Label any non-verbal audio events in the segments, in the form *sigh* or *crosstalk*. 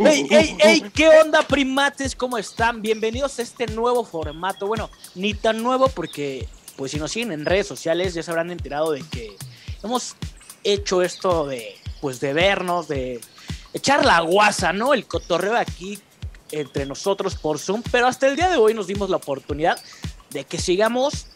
¡Ey, ey, ey! ¿Qué onda, primates? ¿Cómo están? Bienvenidos a este nuevo formato. Bueno, ni tan nuevo porque, pues si nos siguen en redes sociales ya se habrán enterado de que hemos hecho esto de, pues de vernos, de echar la guasa, ¿no? El cotorreo aquí entre nosotros por Zoom. Pero hasta el día de hoy nos dimos la oportunidad de que sigamos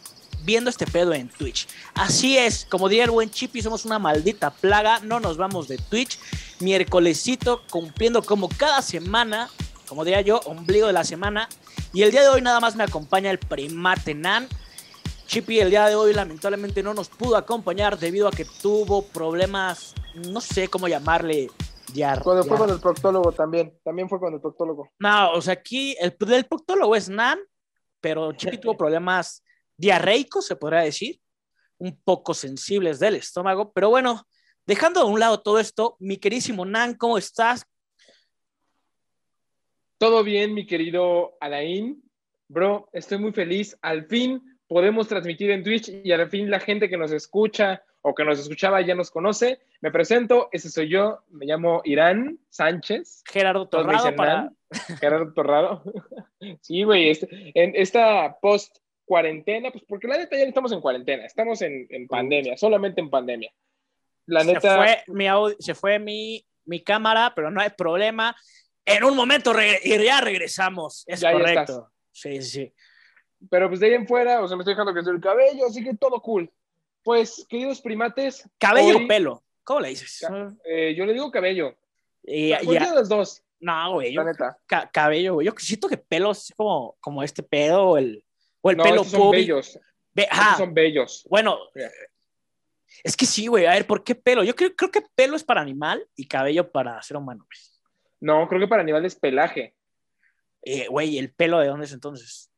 viendo este pedo en Twitch. Así es, como diría el buen Chippy, somos una maldita plaga, no nos vamos de Twitch. Miércolesito, cumpliendo como cada semana, como diría yo, ombligo de la semana. Y el día de hoy nada más me acompaña el primate Nan. Chippy el día de hoy lamentablemente no nos pudo acompañar debido a que tuvo problemas, no sé cómo llamarle, ya. Cuando fue con el proctólogo también, también fue con el proctólogo. No, o sea, aquí el del proctólogo es Nan, pero Chippy *laughs* tuvo problemas diarreicos, se podría decir, un poco sensibles del estómago, pero bueno, dejando a un lado todo esto, mi querísimo Nan, ¿cómo estás? Todo bien, mi querido Alain. Bro, estoy muy feliz. Al fin podemos transmitir en Twitch y al fin la gente que nos escucha o que nos escuchaba ya nos conoce. Me presento, ese soy yo. Me llamo Irán Sánchez. Gerardo Todos me Torrado dicen para... Nan. Gerardo Torrado. *laughs* sí, güey. este- en esta post cuarentena, pues porque la neta ya no estamos en cuarentena, estamos en, en pandemia, solamente en pandemia. La se neta. fue, mi, audio- se fue mi, mi cámara, pero no hay problema. En un momento re- y ya regresamos. Es Ya, ya correcto. sí, sí, sí. Pero pues de ahí en fuera, o sea, me estoy dejando crecer el cabello, así que todo cool. Pues, queridos primates, Cabello Hoy- o pelo. ¿Cómo le dices? eh, yo le digo cabello. Y- Ya, y- de los dos, no, güey. yo- la neta. ca- cabello, güey. Yo siento que pelo es como, como este pedo o el, o el no, pelo estos son pubi- bellos. Ve- estos ajá, son bellos. Bueno, Mira. es que sí, güey. A ver, ¿por qué pelo? Yo creo, creo que pelo es para animal y cabello para ser humano. güey. No, creo que para animales pelaje. Eh, Güey, ¿el pelo de dónde es entonces?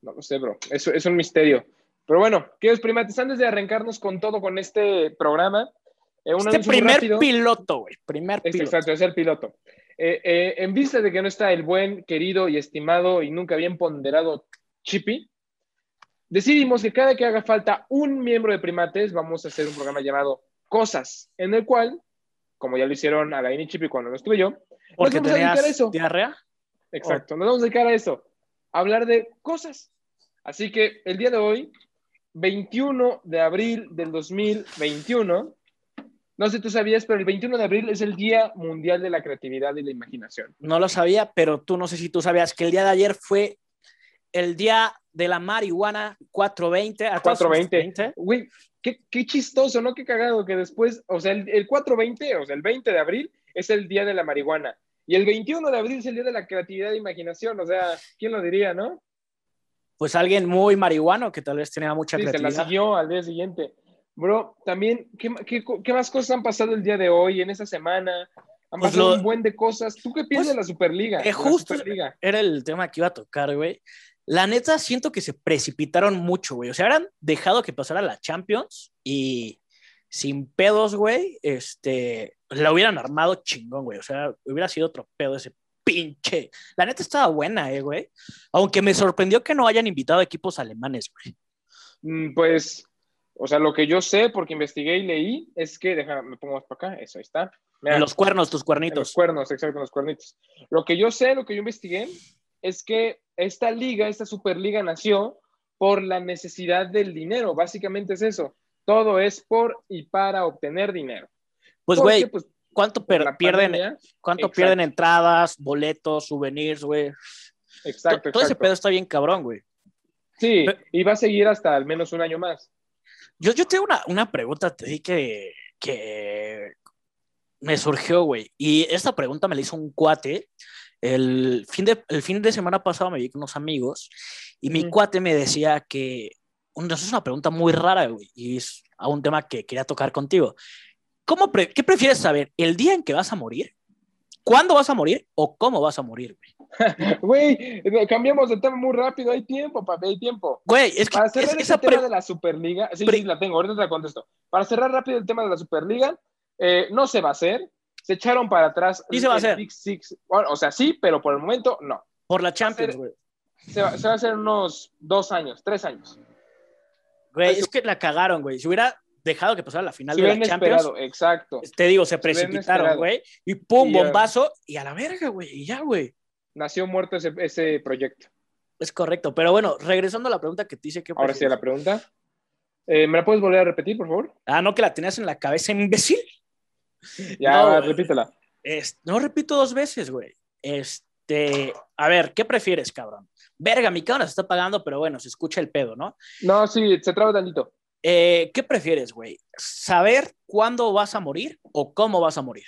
No lo sé, bro. Es, es un misterio. Pero bueno, queridos primates, antes de arrancarnos con todo con este programa, eh, un Este anuncio muy primer rápido. piloto, güey. Primer Este, piloto. Exacto, es el piloto. Eh, eh, en vista de que no está el buen, querido y estimado y nunca bien ponderado Chippy, decidimos que cada que haga falta un miembro de primates, vamos a hacer un programa llamado Cosas, en el cual, como ya lo hicieron Alain y Chippy cuando no estuve yo, Porque vamos a dedicar tenías eso. diarrea. Exacto, nos vamos a dedicar a eso, a hablar de cosas. Así que el día de hoy, 21 de abril del 2021, no sé si tú sabías, pero el 21 de abril es el Día Mundial de la Creatividad y la Imaginación. No lo sabía, pero tú no sé si tú sabías que el día de ayer fue el día de la marihuana 420. ¿A todos 420. 420? Güey, qué, qué chistoso, ¿no? Qué cagado que después, o sea, el, el 420, o sea, el 20 de abril es el Día de la Marihuana. Y el 21 de abril es el Día de la Creatividad e Imaginación, o sea, ¿quién lo diría, no? Pues alguien muy marihuano que tal vez tenía mucha Sí, se la creatividad. siguió al día siguiente. Bro, también, ¿qué, ma- qué, co- qué más cosas han pasado el día de hoy, en esa semana? Han Pues pasado lo- un buen de cosas. ¿Tú qué piensas Pues, de la Superliga? eh, De la justo- Superliga. Era el tema que iba a tocar, güey. La neta, siento que se precipitaron mucho, güey. O sea, habrán dejado que pasara la Champions y sin pedos, güey, este, la hubieran armado chingón, güey. O sea, hubiera sido otro pedo ese pinche. La neta estaba buena, eh, güey. Aunque me sorprendió que no hayan invitado equipos alemanes, güey. Mm, Pues, o sea, lo que yo sé, porque investigué y leí, es que, déjame, me pongo más para acá, eso, ahí está. Mira, En los cuernos, tus en los cuernitos. cuernos, exacto, en los cuernitos. Lo que yo sé, lo que yo investigué, es que esta liga, esta Superliga nació por la necesidad del dinero, básicamente es eso. Todo es por y para obtener dinero. Pues, Porque, güey, pues, ¿cuánto por per- la pierden? pandemia. ¿Cuánto Exacto. pierden entradas, boletos, souvenirs, güey? Exacto, Todo ese exacto. pedo está bien cabrón, güey. Sí, Pe- y va a seguir hasta al menos un año más. Yo, yo tengo una, una pregunta, te dije que, que me surgió, güey. Y esta pregunta me la hizo un cuate. El fin de, el fin de semana pasado me vi con unos amigos y mi Ujú. cuate me decía que. Una, es una pregunta muy rara, güey, y es a un tema que quería tocar contigo. ¿Cómo pre- ¿Qué prefieres saber? ¿El día en que vas a morir? ¿Cuándo vas a morir? ¿O cómo vas a morir, güey? Güey, cambiamos de tema muy rápido, hay tiempo, papi, hay tiempo. Güey, es que Para es- cerrar esa ese tema pre- de la Superliga, sí, pre- sí, la tengo, ahorita te la contesto. Para cerrar rápido el tema de la Superliga, eh, no se va a hacer, se echaron para atrás. Sí se va a el hacer. Big Six. Bueno, o sea, sí, pero por el momento no. por la Champions, ser- güey. Se va, se va a hacer unos dos años, tres años. Güey, Ay, es que la cagaron, güey. Si hubiera dejado que pasara la final Se de hubieran la Champions. esperado, exacto. Te digo, se hubieran precipitaron, esperado. güey. Y pum, Y ya. bombazo. Y a la verga, güey. Y ya, güey. Nació muerto ese, ese proyecto. Es correcto. Pero bueno, regresando a la pregunta que te hice, ¿qué Ahora sí a la prefieres? pregunta. Eh, ¿Me la puedes volver a repetir, por favor? Ah, no, que la tenías en la cabeza, imbécil. Ya, No, eh. repítela. Es- no repito dos veces, güey. Este, a ver, ¿qué prefieres, cabrón? Verga, mi cámara se está apagando, pero bueno, se escucha el pedo, ¿no? No, sí, se traba tantito. Eh, ¿Qué prefieres, güey? ¿Saber cuándo vas a morir o cómo vas a morir?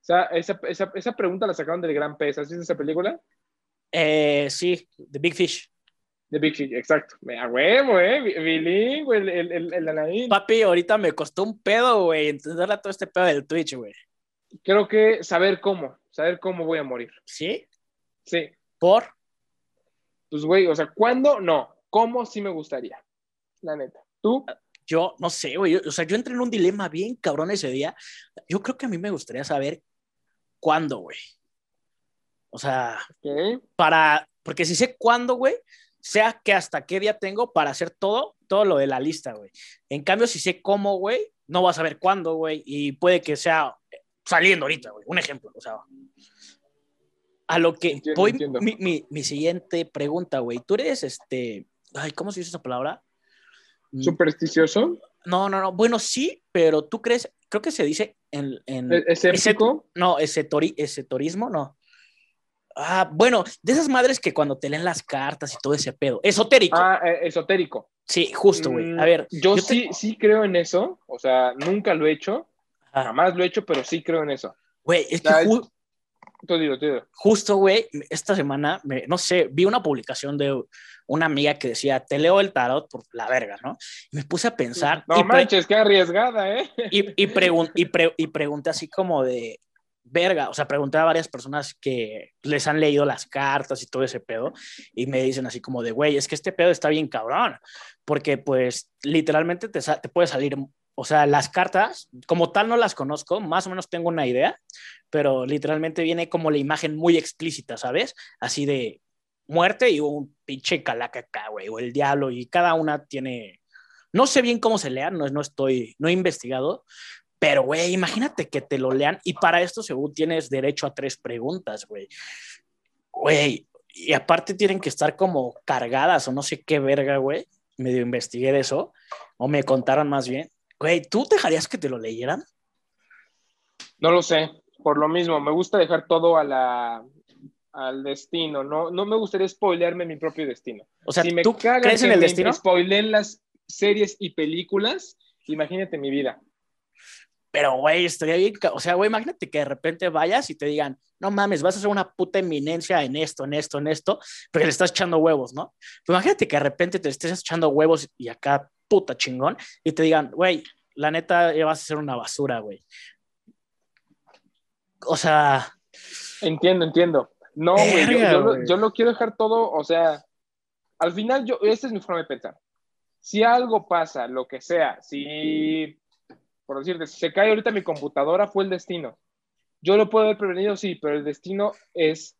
O sea, esa, esa, esa pregunta la sacaron del Gran Pez. ¿Has visto esa película? Eh, sí, The Big Fish. De Big Fish, exacto. A huevo, ¿eh? Bi- Bilingüe, el, el, el, el Alain. Papi, ahorita me costó un pedo, güey, entenderle a todo este pedo del Twitch, güey. Creo que saber cómo, saber cómo voy a morir. ¿Sí? Sí. ¿Por? Pues, güey, o sea, ¿cuándo? No. ¿Cómo sí me gustaría? La neta. ¿Tú? Yo no sé, güey. yo- O sea, yo entré en un dilema bien cabrón ese día. Yo creo que a mí me gustaría saber cuándo, güey. O sea, Ok. para, porque si sé cuándo, güey, sea que hasta qué día tengo para hacer todo, todo lo de la lista, güey. En cambio, si sé cómo, güey, no vas a ver cuándo, güey, y puede que sea saliendo ahorita, güey. Un ejemplo, o sea. A lo que Entiendo, voy, entiendo. Mi, mi- mi siguiente pregunta, güey. Tú eres este, ay, ¿cómo se dice esa palabra? Mm, ¿Supersticioso? No, no, no. Bueno, sí, pero tú crees, creo que se dice en, en ¿E- ¿Escéptico? no, ese, tori, ese turismo, no. Ah, bueno, de esas madres que cuando te leen las cartas y todo ese pedo. Esotérico. Ah, eh, esotérico. Sí, justo, güey. Mm, A ver, Yo, yo sí, sí creo en eso. O sea, nunca lo he hecho. Ajá. Jamás lo he hecho, pero sí creo en eso. güey, es que Ay. ju- Tú dilo, tú dilo. justo, güey, esta semana, me- no sé, vi una publicación de una amiga que decía, te leo el tarot por la verga, ¿no? Y me puse a pensar No y, pues pre- manches, qué arriesgada, ¿eh? *laughs* y- y pregun- y pre- y pregunté así como de, verga, o sea, pregunté a varias personas que les han leído las cartas y todo ese pedo, y me dicen así como de, güey, es que este pedo está bien cabrón, porque pues literalmente te, sa- te puede salir, o sea, las cartas, como tal no las conozco, más o menos tengo una idea, pero literalmente viene como la imagen muy explícita, ¿sabes? Así de muerte y un pinche calaca acá, güey, o el diablo, y cada una tiene... No sé bien cómo se lean, no, no estoy, no he investigado, pero, güey, imagínate que te lo lean y para esto, según tienes derecho a tres preguntas, güey. Güey, y aparte tienen que estar como cargadas o no sé qué verga, güey. Medio investigué de eso, o me contaron más bien. Güey, ¿tú dejarías que te lo leyeran? No lo sé. Por lo mismo, me gusta dejar todo a la, al destino. No, no me gustaría spoilearme mi propio destino. O sea, si me ¿tú cagan crees que en el me destino? spoileen las series y películas, imagínate mi vida. Pero, güey, estaría bien. ca- O sea, güey, imagínate que de repente vayas y te digan, no mames, vas a ser una puta eminencia en esto, en esto, en esto, porque le estás echando huevos, ¿no? Pero imagínate que de repente te estés echando huevos y acá, puta chingón, y te digan, güey, la neta eh, vas a ser una basura, güey. O sea, Entiendo, entiendo. No, güey, yo, Verga, yo lo- güey. yo lo quiero dejar todo, o sea, al final yo, esta es mi forma de pensar. Si algo pasa, lo que sea, si, por decirte, si se cae ahorita mi computadora, fue el destino. Yo lo puedo haber prevenido, sí, pero el destino es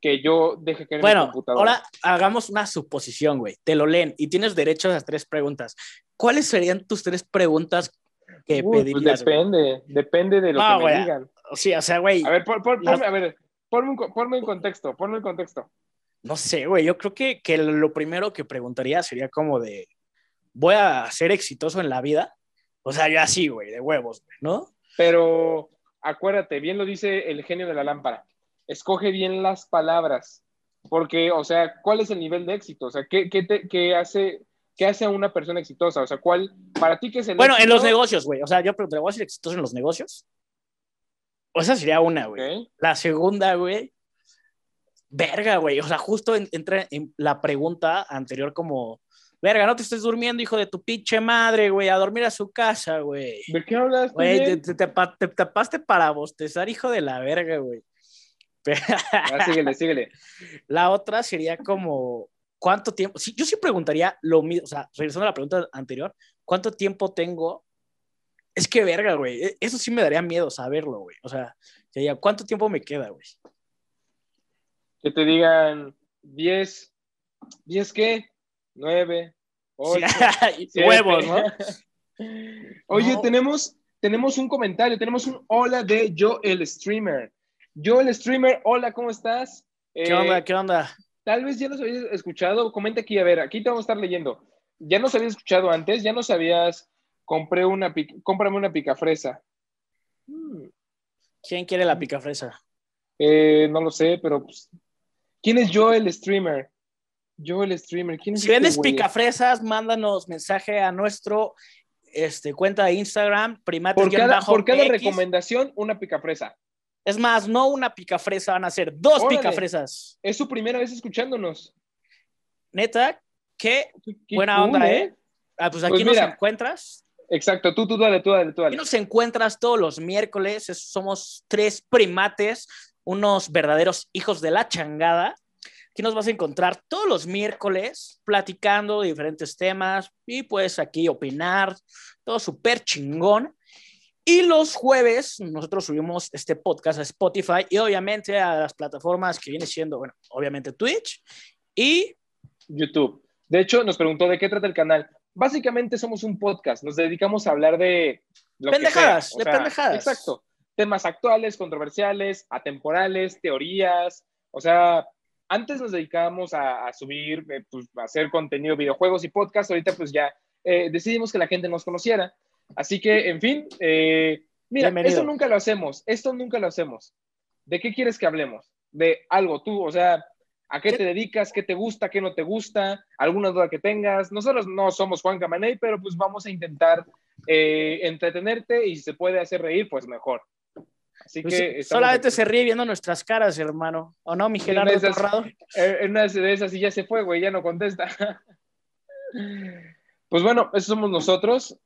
que yo deje caer mi bueno, computadora. ahora hagamos una suposición, güey. Te lo leen y tienes derecho a las tres preguntas. ¿Cuáles serían tus tres preguntas que Uy, pues pedirías? güey? depende, depende de lo No, que güey. me digan. Sí, o sea, güey. A ver, por- por- Las- ponme, a ver, ponme, un co- ponme en contexto, ponme en contexto. No sé, güey. Yo creo que, que lo primero que preguntaría sería como de, ¿voy a ser exitoso en la vida? O sea, yo así, güey, de huevos, güey, ¿no? Pero acuérdate, bien lo dice el genio de la lámpara. Escoge bien las palabras. Porque, o sea, ¿cuál es el nivel de éxito? O sea, ¿qué, qué te- qué hace, qué hace a una persona exitosa? O sea, ¿cuál, para ti qué es el Bueno, en éxito? los negocios, güey. O sea, yo preguntaría, ¿voy a ser exitoso en los negocios? O esa sería una, güey. Ok. La segunda, güey. Verga, güey. O sea, justo en- entra en la pregunta anterior como, verga, no te estés durmiendo, hijo de tu pinche madre, güey, a dormir a su casa, güey. ¿De qué hablas? Güey, te, Miguel? te, tapa- te tapaste para bostezar, hijo de la verga, güey. Ah, síguele, síguele. La otra sería como, ¿cuánto tiempo? Sí, yo sí preguntaría lo mismo, o sea, regresando a la pregunta anterior, ¿cuánto tiempo tengo? Es que verga, güey, e- eso sí me daría miedo saberlo, güey. O sea, sería, ¿cuánto tiempo me queda, güey? Que te digan 10, 10 qué, 9, ocho, *laughs* siete. Huevos, ¿no? Este, *laughs* Oye, No. tenemos, tenemos un comentario, tenemos un hola de Yo el Streamer. Yo el Streamer, hola, ¿cómo estás? ¿Qué Eh, onda? ¿Qué onda? Tal vez ya nos habías escuchado, comenta aquí, a ver, aquí te vamos a estar leyendo. Ya nos habías escuchado antes, ya nos habías, compré una, pic- cómprame una picafresa. Hmm, ¿Quién quiere la picafresa? eh, no lo sé, pero pues, ¿quién es Yo el Streamer? Yo el Streamer, ¿quién es Si este vendes güey? picafresas, mándanos mensaje a nuestro este, cuenta de Instagram, primates Por cada, por cada PX. recomendación, una picafresa. Es más, no una picafresa, van a ser dos Órale. picafresas. Es su primera vez escuchándonos. Neta, que, Qué- qué Buena cool, onda, ¿eh? ah, pues aquí Pues nos mira. encuentras. Exacto, tú, tú dale, tú dale, tú Aquí dale. nos encuentras todos los miércoles. es- Somos tres primates, unos verdaderos hijos de la changada. Aquí nos vas a encontrar todos los miércoles platicando de diferentes temas y pues aquí opinar, todo súper chingón. Y los jueves nosotros subimos este podcast a Spotify y obviamente a las plataformas que viene siendo, bueno, obviamente Twitch y YouTube. De hecho, nos preguntó de qué trata el canal. Básicamente somos un podcast, nos dedicamos a hablar de... lo que Pendejadas, sea, de pendejadas. Exacto. Temas actuales, controversiales, atemporales, teorías. O sea, antes nos dedicábamos a, a subir, eh, pues, a hacer contenido, videojuegos y podcast. Ahorita pues ya eh, decidimos que la gente nos conociera. Así que, en fin, eh, mira, Bienvenido. esto nunca lo hacemos, esto nunca lo hacemos. ¿De qué quieres que hablemos? De algo tú, o sea, ¿a qué te dedicas? ¿Qué te gusta? ¿Qué no te gusta? ¿Alguna duda que tengas? Nosotros no somos Juan Camaney, pero pues vamos a intentar eh, entretenerte y si se puede hacer reír, pues mejor. Así pues, que... estamos solamente aquí. se ríe viendo nuestras caras, hermano. ¿O no, mi Gerardo esas- Torrado? Eh, En una de esas y ya se fue, güey, ya no contesta. *laughs* Pues bueno, esos somos nosotros.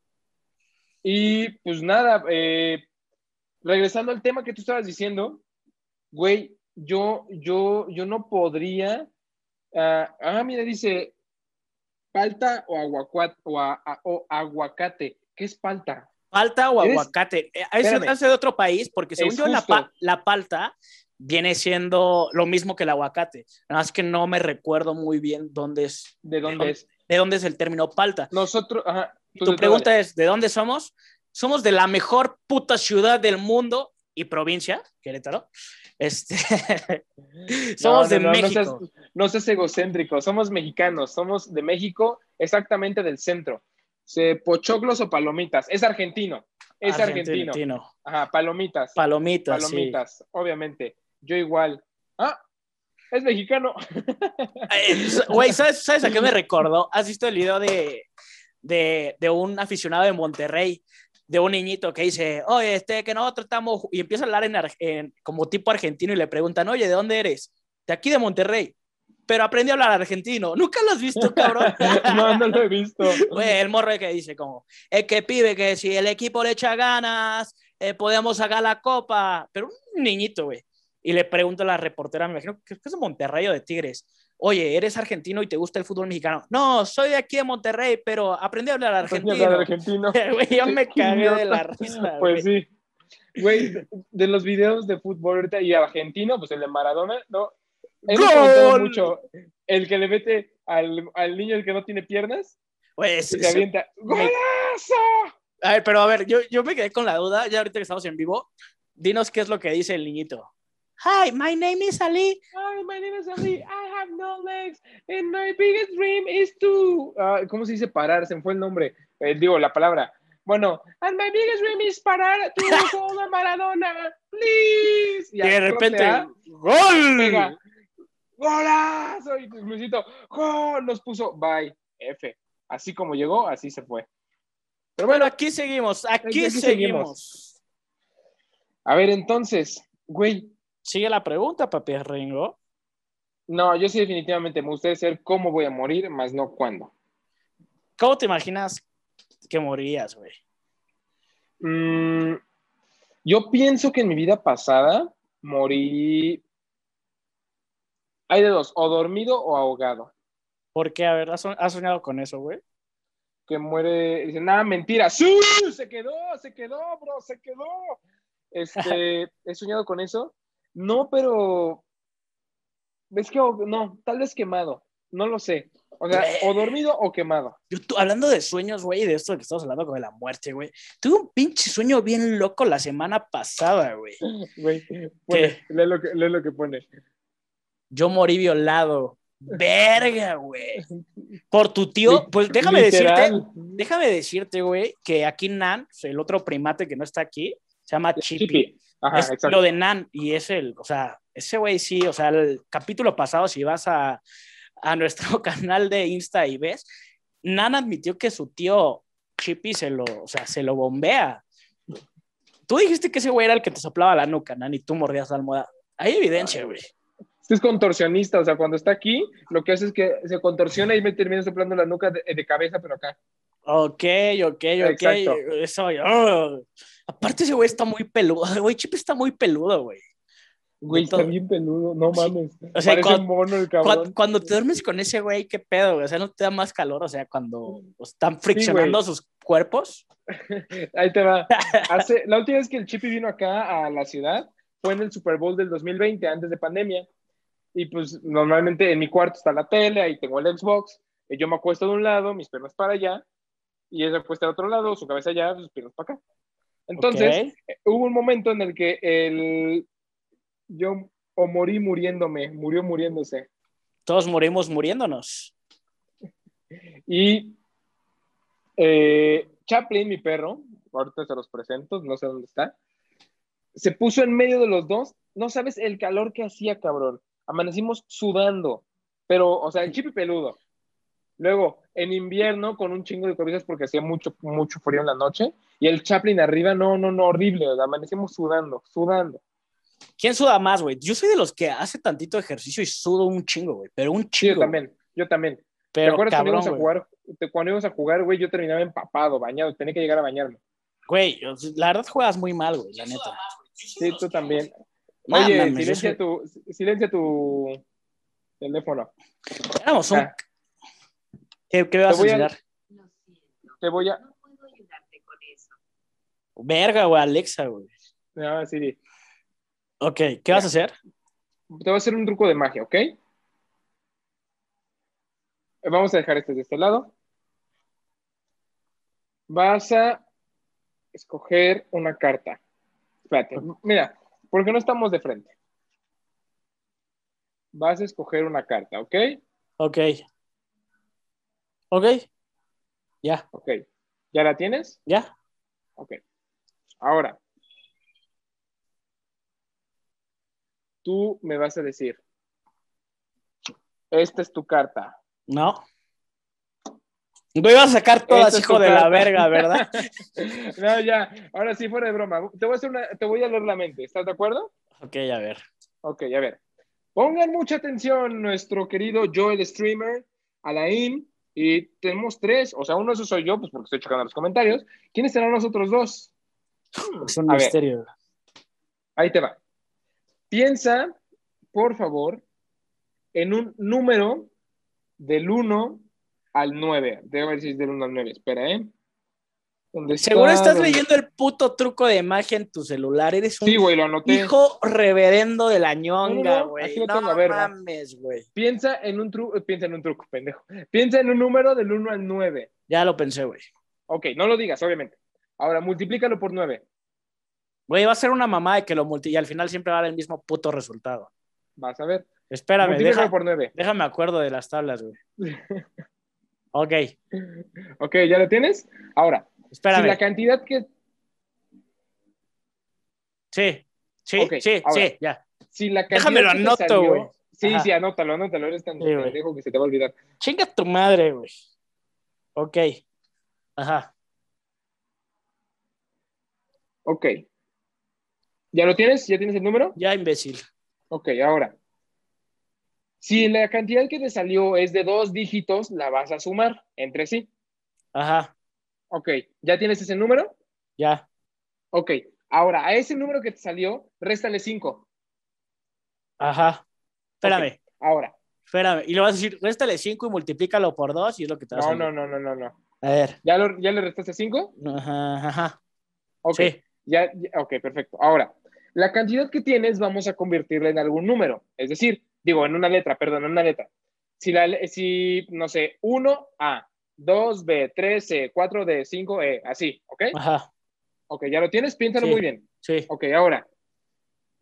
Y pues nada, eh, regresando al tema que tú estabas diciendo, güey, yo, yo, yo no podría. ah, ah, mira, dice palta o, aguacuat- o, a- a- o aguacate. ¿Qué es palta? Palta o Eres- aguacate. Eh, Es, Espérame. es de otro país, porque según Es yo, la, justo. pa- la palta viene siendo lo mismo que el aguacate. Nada más que no me recuerdo muy bien dónde es, ¿De dónde es? de dónde es el término palta. Nosotros. Ajá, pues tú- tu tú pregunta es: ¿de dónde somos? Somos de la mejor puta ciudad del mundo y provincia, Querétaro. Este, *laughs* somos de no, no México. seas- no seas egocéntrico, somos mexicanos, somos de México, exactamente del centro. Se- Pochoclos o palomitas, es argentino, es argentino. Ajá, palomitas, Palomitas. sí. palomitas, obviamente. Yo igual. Ah, es mexicano. *laughs* Eh, Güey, ¿sabes, ¿sabes a qué me recordó? ¿Has visto el video de, de, de un aficionado de Monterrey, de un niñito que dice, oye, este, que nosotros estamos, ju-", y empieza a hablar en, ar- en- como tipo argentino y le preguntan, oye, ¿de dónde eres? De aquí de Monterrey. Pero aprendí a hablar argentino. ¿Nunca lo has visto, cabrón? *laughs* No, no lo he *laughs* visto. Güey, Pues el morro que dice como, es que pibe, que si el equipo le echa ganas, eh, podemos sacar la copa. Pero un niñito, güey. Y le pregunto a la reportera, me imagino que que es de Monterrey o de Tigres. Oye, ¿eres argentino y te gusta el fútbol mexicano? No, soy de aquí de Monterrey, pero aprendí a hablar argentino. Hablar *laughs* argentino. Güey, *laughs* yo me Qué cagué de la idiota. risa. güey. Pues sí. Güey, de los videos de fútbol ahorita y argentino, pues el de Maradona, ¿no? Hemos ¡Gol! comentado mucho. El que le mete al, al niño el que no tiene piernas, Güey, sí, se, se sí. avienta. ¡Golazo! Pues, A ver, pero a ver, yo, yo me quedé con la duda, ya ahorita que estamos en vivo, dinos qué es lo que dice el niñito. Hi, my name is Ali. Hi, my name is Ali. I have no legs. And my biggest dream is to. Ah, ¿Cómo se dice parar? Se me fue el nombre. Eh, digo, la palabra. Bueno, and my biggest dream is parar *laughs* to goal a Maradona. Please. Y Ya, de corte, repente, ¿ah? ¡Gol! *laughs* Venga. ¡Golazo! Y pues Luisito, ¡gol! Nos puso bye, F. Así como llegó, así se fue. Pero bueno, aquí seguimos, aquí, Aquí- aquí seguimos. A ver, entonces, güey, Sigue la pregunta, papi Ringo. no, yo sí definitivamente me gustaría saber cómo voy a morir, más no cuándo. ¿Cómo te imaginas que morirías, güey? Mm, yo pienso que en mi vida pasada morí. Hay de dos, o dormido o ahogado. Porque, a ver, ¿has, has soñado con eso, güey? que muere, dice, nada, mentira, ¡Su! se quedó, se quedó, bro, se quedó. *laughs* Este, he soñado con eso. No, pero es que oh, no, tal vez quemado, no lo sé. O sea, Güey. o dormido o quemado. Yo tu- hablando de sueños, güey, y de esto que estamos hablando con la muerte, güey. Tuve un pinche sueño bien loco la semana pasada, güey. Güey, pone, lee lo, que, lee lo que pone. Yo morí violado. Verga, güey. Por tu tío, pues déjame decirte, Literal. déjame decirte, güey, que aquí Nan, pues, el otro primate que no está aquí, se llama Chippy. Chipi. Ajá, es exacto. lo de Nan y es el, o sea, ese güey sí, o sea, el capítulo pasado si vas a, a nuestro *laughs* canal de Insta y ves, Nan admitió que su tío Chippy se lo, o sea, se lo bombea. Tú dijiste que ese güey era el que te soplaba la nuca, Nan, y tú mordías la almohada. Hay evidencia, güey. Este es contorsionista, o sea, cuando está aquí, lo que hace es que se contorsiona y me termina soplando la nuca de, de cabeza, pero acá. Ok, ok, ok. Exacto. Eso, oh. Aparte ese güey está muy peludo. *laughs* El güey Chippy está muy peludo, güey. Güey, está Todo. bien peludo, no Sí. mames. O sea, Parece cuando- mono el Cuan- cabrón. Cuando, *laughs* te duermes con ese güey, qué pedo, güey? O sea, no te da más calor, o sea, cuando están friccionando sus cuerpos. Ahí te va. Hace, la última vez que el Chippy vino acá a la ciudad fue en el Super Bowl del 2020, antes de pandemia. Y pues normalmente en mi cuarto está la tele, ahí tengo el Xbox. y yo me acuesto de un lado, mis piernas para allá. Y él se acuesta al otro lado, su cabeza allá, sus piernas para acá. Entonces, Ok. eh, hubo un momento en el que el, yo o morí muriéndome, murió muriéndose. todos morimos muriéndonos. Y eh, Chaplin, mi perro, ahorita se los presento, no sé dónde está, se puso en medio de los dos. No sabes el calor que hacía, cabrón. Amanecimos sudando, pero, o sea, el chip y peludo. Luego, en invierno, con un chingo de cobijas porque hacía mucho, mucho frío en la noche. Y el Chaplin arriba, no, no, no, horrible. o sea, amanecimos sudando, sudando. ¿Quién suda más, güey? Yo soy de los que hace tantito ejercicio y sudo un chingo, güey, pero un Sí, chingo. yo también, yo también. ¿Te Pero acuerdas cabrón, cuando güey. íbamos a jugar? te- cuando íbamos a jugar, güey, yo terminaba empapado, bañado, tenía que llegar a bañarme. Güey, la verdad juegas muy mal, güey, la neta. Sí, tú también. Mámame, Oye, yo soy- silencia, tu, silencia tu teléfono. Éramos un- Ah. ¿Qué, qué vas a voy a- enseñar? Lo siento. Te voy a. No puedo ayudarte con eso. Verga, güey, Alexa, güey. ah, Siri. Ok, ¿qué vas a hacer? Te voy a hacer un truco de magia, ¿ok? Eh, Vamos a dejar este de este lado. Vas a escoger una carta. Espérate, mira, porque no estamos de frente. Vas a escoger una carta, ¿ok? Ok. Ok. Ya, Ok. ¿Ya la tienes? ya. Ok. Ahora, tú me vas a decir, esta es tu carta. *laughs* No. Me iba a sacar todas, Esa es hijo tu de la carta. *laughs* verga, ¿verdad? No, ya, ahora sí, fuera de broma. Te voy a, hacer una- te voy a leer la mente, ¿estás de acuerdo? ok, a ver. Ok, a ver. Pongan mucha atención, nuestro querido Joel Streamer, Alain, y tenemos tres, o sea, uno de esos soy yo, pues porque estoy checando los comentarios. ¿Quiénes serán los otros dos? Es un A ver. misterio. Ahí te va. Piensa, por favor, en un número del 1 al 9. Debe ver si es del 1 al 9. Espera, ¿eh? ¿Dónde está? Seguro estás ¿Dónde- leyendo el puto truco de magia en tu celular. Eres un Sí, güey, lo anoté. hijo reverendo de la No, ñonga, no, no, güey. aquí lo No, tengo, a ver, va. mames, güey. Piensa en un truco, piensa en un truco, pendejo. Piensa en un número del 1 al 9. Ya lo pensé, güey. Ok, no lo digas, obviamente. Ahora, multiplícalo por 9. Güey, va a ser una mamá de que lo multi... Y al final siempre va a dar el mismo puto resultado. Vas a ver. Espérame, multiplícalo deja- por 9. déjame acuerdo de las tablas, güey. *laughs* Ok, Ok, ¿ya lo tienes? Ahora, si espérame. la cantidad que Sí, sí, Ok, sí, ahora. sí, ya. si la cantidad Déjame lo que te anoto, salió- güey. Sí, Ajá. sí, anótalo, anótalo. Eres tan Sí, güey. pendejo que se te va a olvidar. Chinga tu madre, güey. Ok. Ajá. Ok. ¿Ya lo tienes? ¿Ya tienes el número? Ya, imbécil. Ok, ahora. Si la cantidad que te salió es de dos dígitos, la vas a sumar entre sí. Ajá. Ok, ¿ya tienes ese número? Ya. Ok, ahora a ese número que te salió, réstale cinco. Ajá. Espérame, Ahora. espérame. Y le vas a decir, réstale 5 y multiplícalo por 2 y es lo que te vas a No, no, no, no, no, no. A ver. ¿Ya, lo- ya le restaste cinco? Ajá, ajá. Ok, Sí. ya, ya- ok, perfecto. Ahora, la cantidad que tienes vamos a convertirla en algún número, es decir, digo, en una letra, perdón, en una letra. si, la, le- si no sé, 1A, 2B, 3C, 4D, 5E, E, así, ¿ok? Ajá, Ok, ya lo tienes, piénsalo Sí. muy bien. sí. Ok, ahora,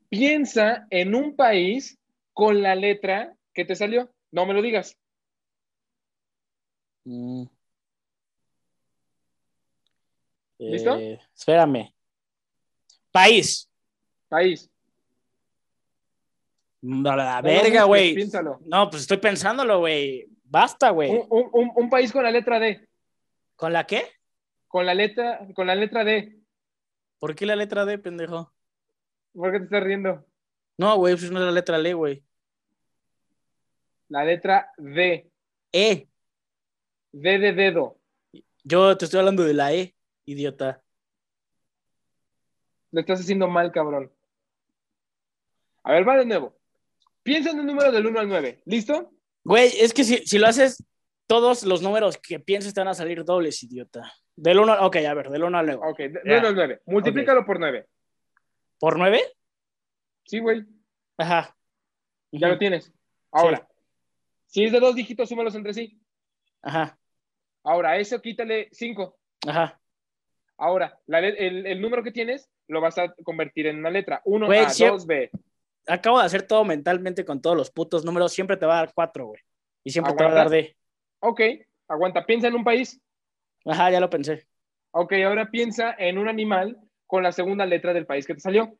piensa en un país con la letra que te salió. No me lo digas. Mm. ¿Listo? Eh, espérame. País. País. La, la No lo verga, busques, güey. Piénsalo. No, pues estoy pensándolo, güey. Basta, güey. Un, un- un- un país con la letra D. ¿Con la qué? Con la letra, con la letra D. ¿Por qué la letra D, pendejo? ¿Por qué te estás riendo? No, güey, pues no es la letra L, güey. La letra D. E. D de dedo. Yo te estoy hablando de la E, idiota. Lo estás haciendo mal, cabrón. A ver, va de nuevo. Piensa en un número del 1 al 9. ¿Listo? Güey, es que si, si lo haces, todos los números que pienses te van a salir dobles, idiota. Del 1, ok, a ver, del 1 al 9. Ok, de- del Ya. 1 al 9. Multiplícalo por 9. ¿Por 9? Sí, güey. Ajá. Ya lo tienes. Ahora, si es de dos dígitos, súmalos entre sí. Ajá, Ahora, a eso quítale 5. ajá. Ahora, la le- el, el número que tienes lo vas a convertir en una letra. Güey, 1A, siempre- 2B. Acabo de hacer todo mentalmente con todos los putos números. Siempre te va a dar 4, güey. Y siempre te va a dar Aguanta. D. Ok, aguanta. Piensa en un país. Ajá, ya lo pensé. Ok, ahora piensa en un animal con la segunda letra del país que te salió.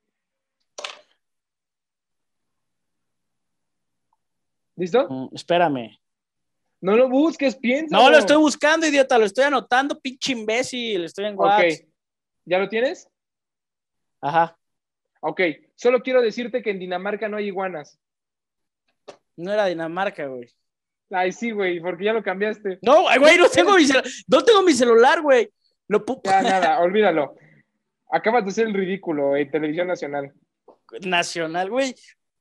¿Listo? Mm, espérame. No lo busques, piensa. No, lo estoy buscando, idiota. Lo estoy anotando, pinche imbécil. Estoy en WhatsApp. Ok, ¿ya lo tienes? Ajá. Ok, solo quiero decirte que en Dinamarca no hay iguanas. No era Dinamarca, güey. Ay, sí, güey, porque ya lo cambiaste. No, ay, güey, no tengo mi celular. No tengo mi celular, güey. Lo pu- Ya, nada, *laughs* olvídalo. Acabas de hacer el ridículo en Televisión Nacional. Nacional, güey.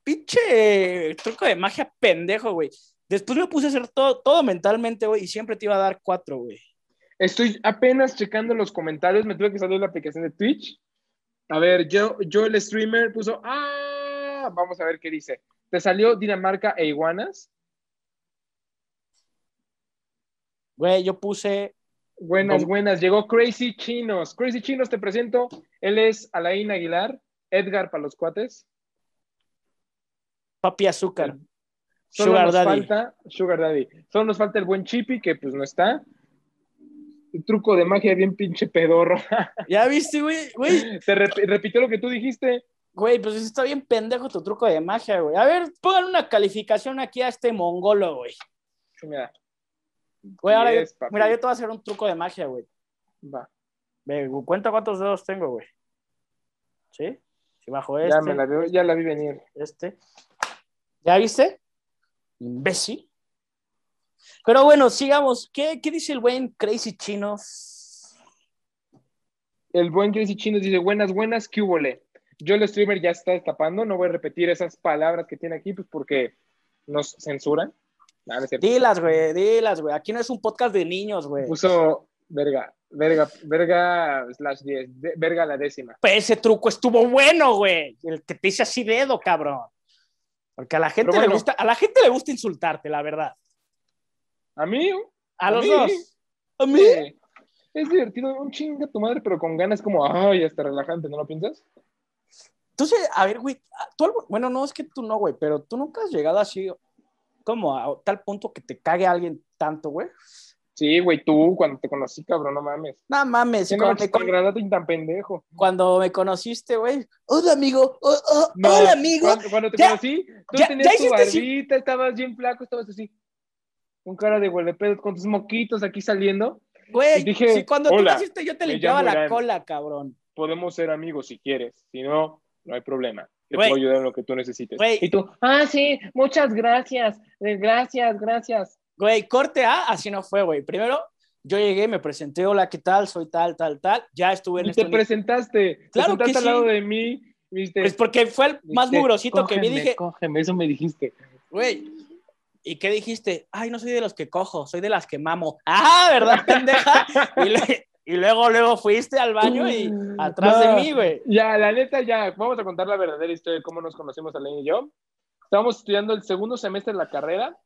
Pinche truco de magia pendejo, güey. Después me puse a hacer todo, todo mentalmente, güey, y siempre te iba a dar cuatro, güey. Estoy apenas checando los comentarios, me tuve que salir de la aplicación de Twitch. A ver, yo, yo el streamer puso, ah, vamos a ver qué dice. ¿Te salió Dinamarca e iguanas? Güey, yo puse. Buenas, No. buenas. Llegó Crazy Chinos. Crazy Chinos, te presento. Él es Alain Aguilar, Edgar para los cuates. Papi Azúcar. Solo Sugar nos Daddy. falta Sugar Daddy. Solo nos falta el buen Chippy, que pues no está. El truco de magia bien pinche pedorro. *laughs* Ya viste, güey. Güey, Te rep- repitió lo que tú dijiste. güey, pues está bien pendejo tu truco de magia, güey. A ver, pongan una calificación aquí a este mongolo, güey. Mira, Güey, ahora Diez, yo- papi. mira, yo te voy a hacer un truco de magia, güey. va. Ve, güey, cuenta cuántos dedos tengo, güey. ¿Sí? Si bajo este, Ya, me la veo- ya la vi venir. este. ¿Ya viste? Imbécil. Pero bueno, sigamos. ¿Qué, qué dice el buen Crazy Chinos? El buen Crazy Chinos dice, buenas, buenas, ¿qué hubo, le?". Yo el streamer ya está destapando, no voy a repetir esas palabras que tiene aquí, pues porque nos censuran. Nada, no es cierto. Dilas, güey, dilas, güey. Aquí no es un podcast de niños, güey. Puso verga, verga, verga, slash 10, de- verga la décima. Pero ese truco estuvo bueno, güey. El que te hice así dedo, cabrón. Porque a la gente Pero le bueno. gusta, a la gente le gusta insultarte, la verdad. A mí, A, ¿A los mí? dos. A mí. eh, es divertido, un chinga tu madre, pero con ganas como, ay, hasta relajante, ¿no lo piensas? Entonces, a ver, güey, tú algo- bueno, no es que tú no, güey, pero tú nunca has llegado así como a tal punto que te cague alguien tanto, güey. Sí, güey, tú, cuando te conocí, cabrón, no mames. No mames, Sí, no, cuando, me, te agradaste tan pendejo. cuando me conociste, güey. Hola, amigo. Oh, oh, No, hola, amigo. Cuando, cuando te ya, conocí, tú ya, tenías ya tu hiciste así. barbita, estabas bien flaco, estabas así, con cara de huelepedo, con tus moquitos aquí saliendo. Güey, y dije, sí, cuando "Hola, tú naciste yo te me limpiaba llamo la Irán". cola, cabrón. Podemos ser amigos si quieres, si no, no hay problema. Te Güey. puedo ayudar en lo que tú necesites. Güey. Y tú, ah, sí, muchas gracias, eh, gracias, gracias. Güey, corte A, así no fue, güey. Primero, yo llegué, me presenté, hola, ¿qué tal? Soy tal, tal, tal. Ya estuve en Y este... te presentaste, Claro te que sentaste al lado sí. de mí, viste. Pues porque fue el más dijiste, mugrosito que vi, "Cógeme, dije, Cógeme, eso me dijiste. güey. ¿Y qué dijiste? Ay, no soy de los que cojo, soy de las que mamo. Ah, ¿verdad, *laughs* pendeja? Y, le- y luego, luego fuiste al baño y atrás de Mm, No. mí, güey. Ya, la neta, ya, vamos a contar la verdadera historia de cómo nos conocimos Alain y yo. Estábamos estudiando el segundo semestre de la carrera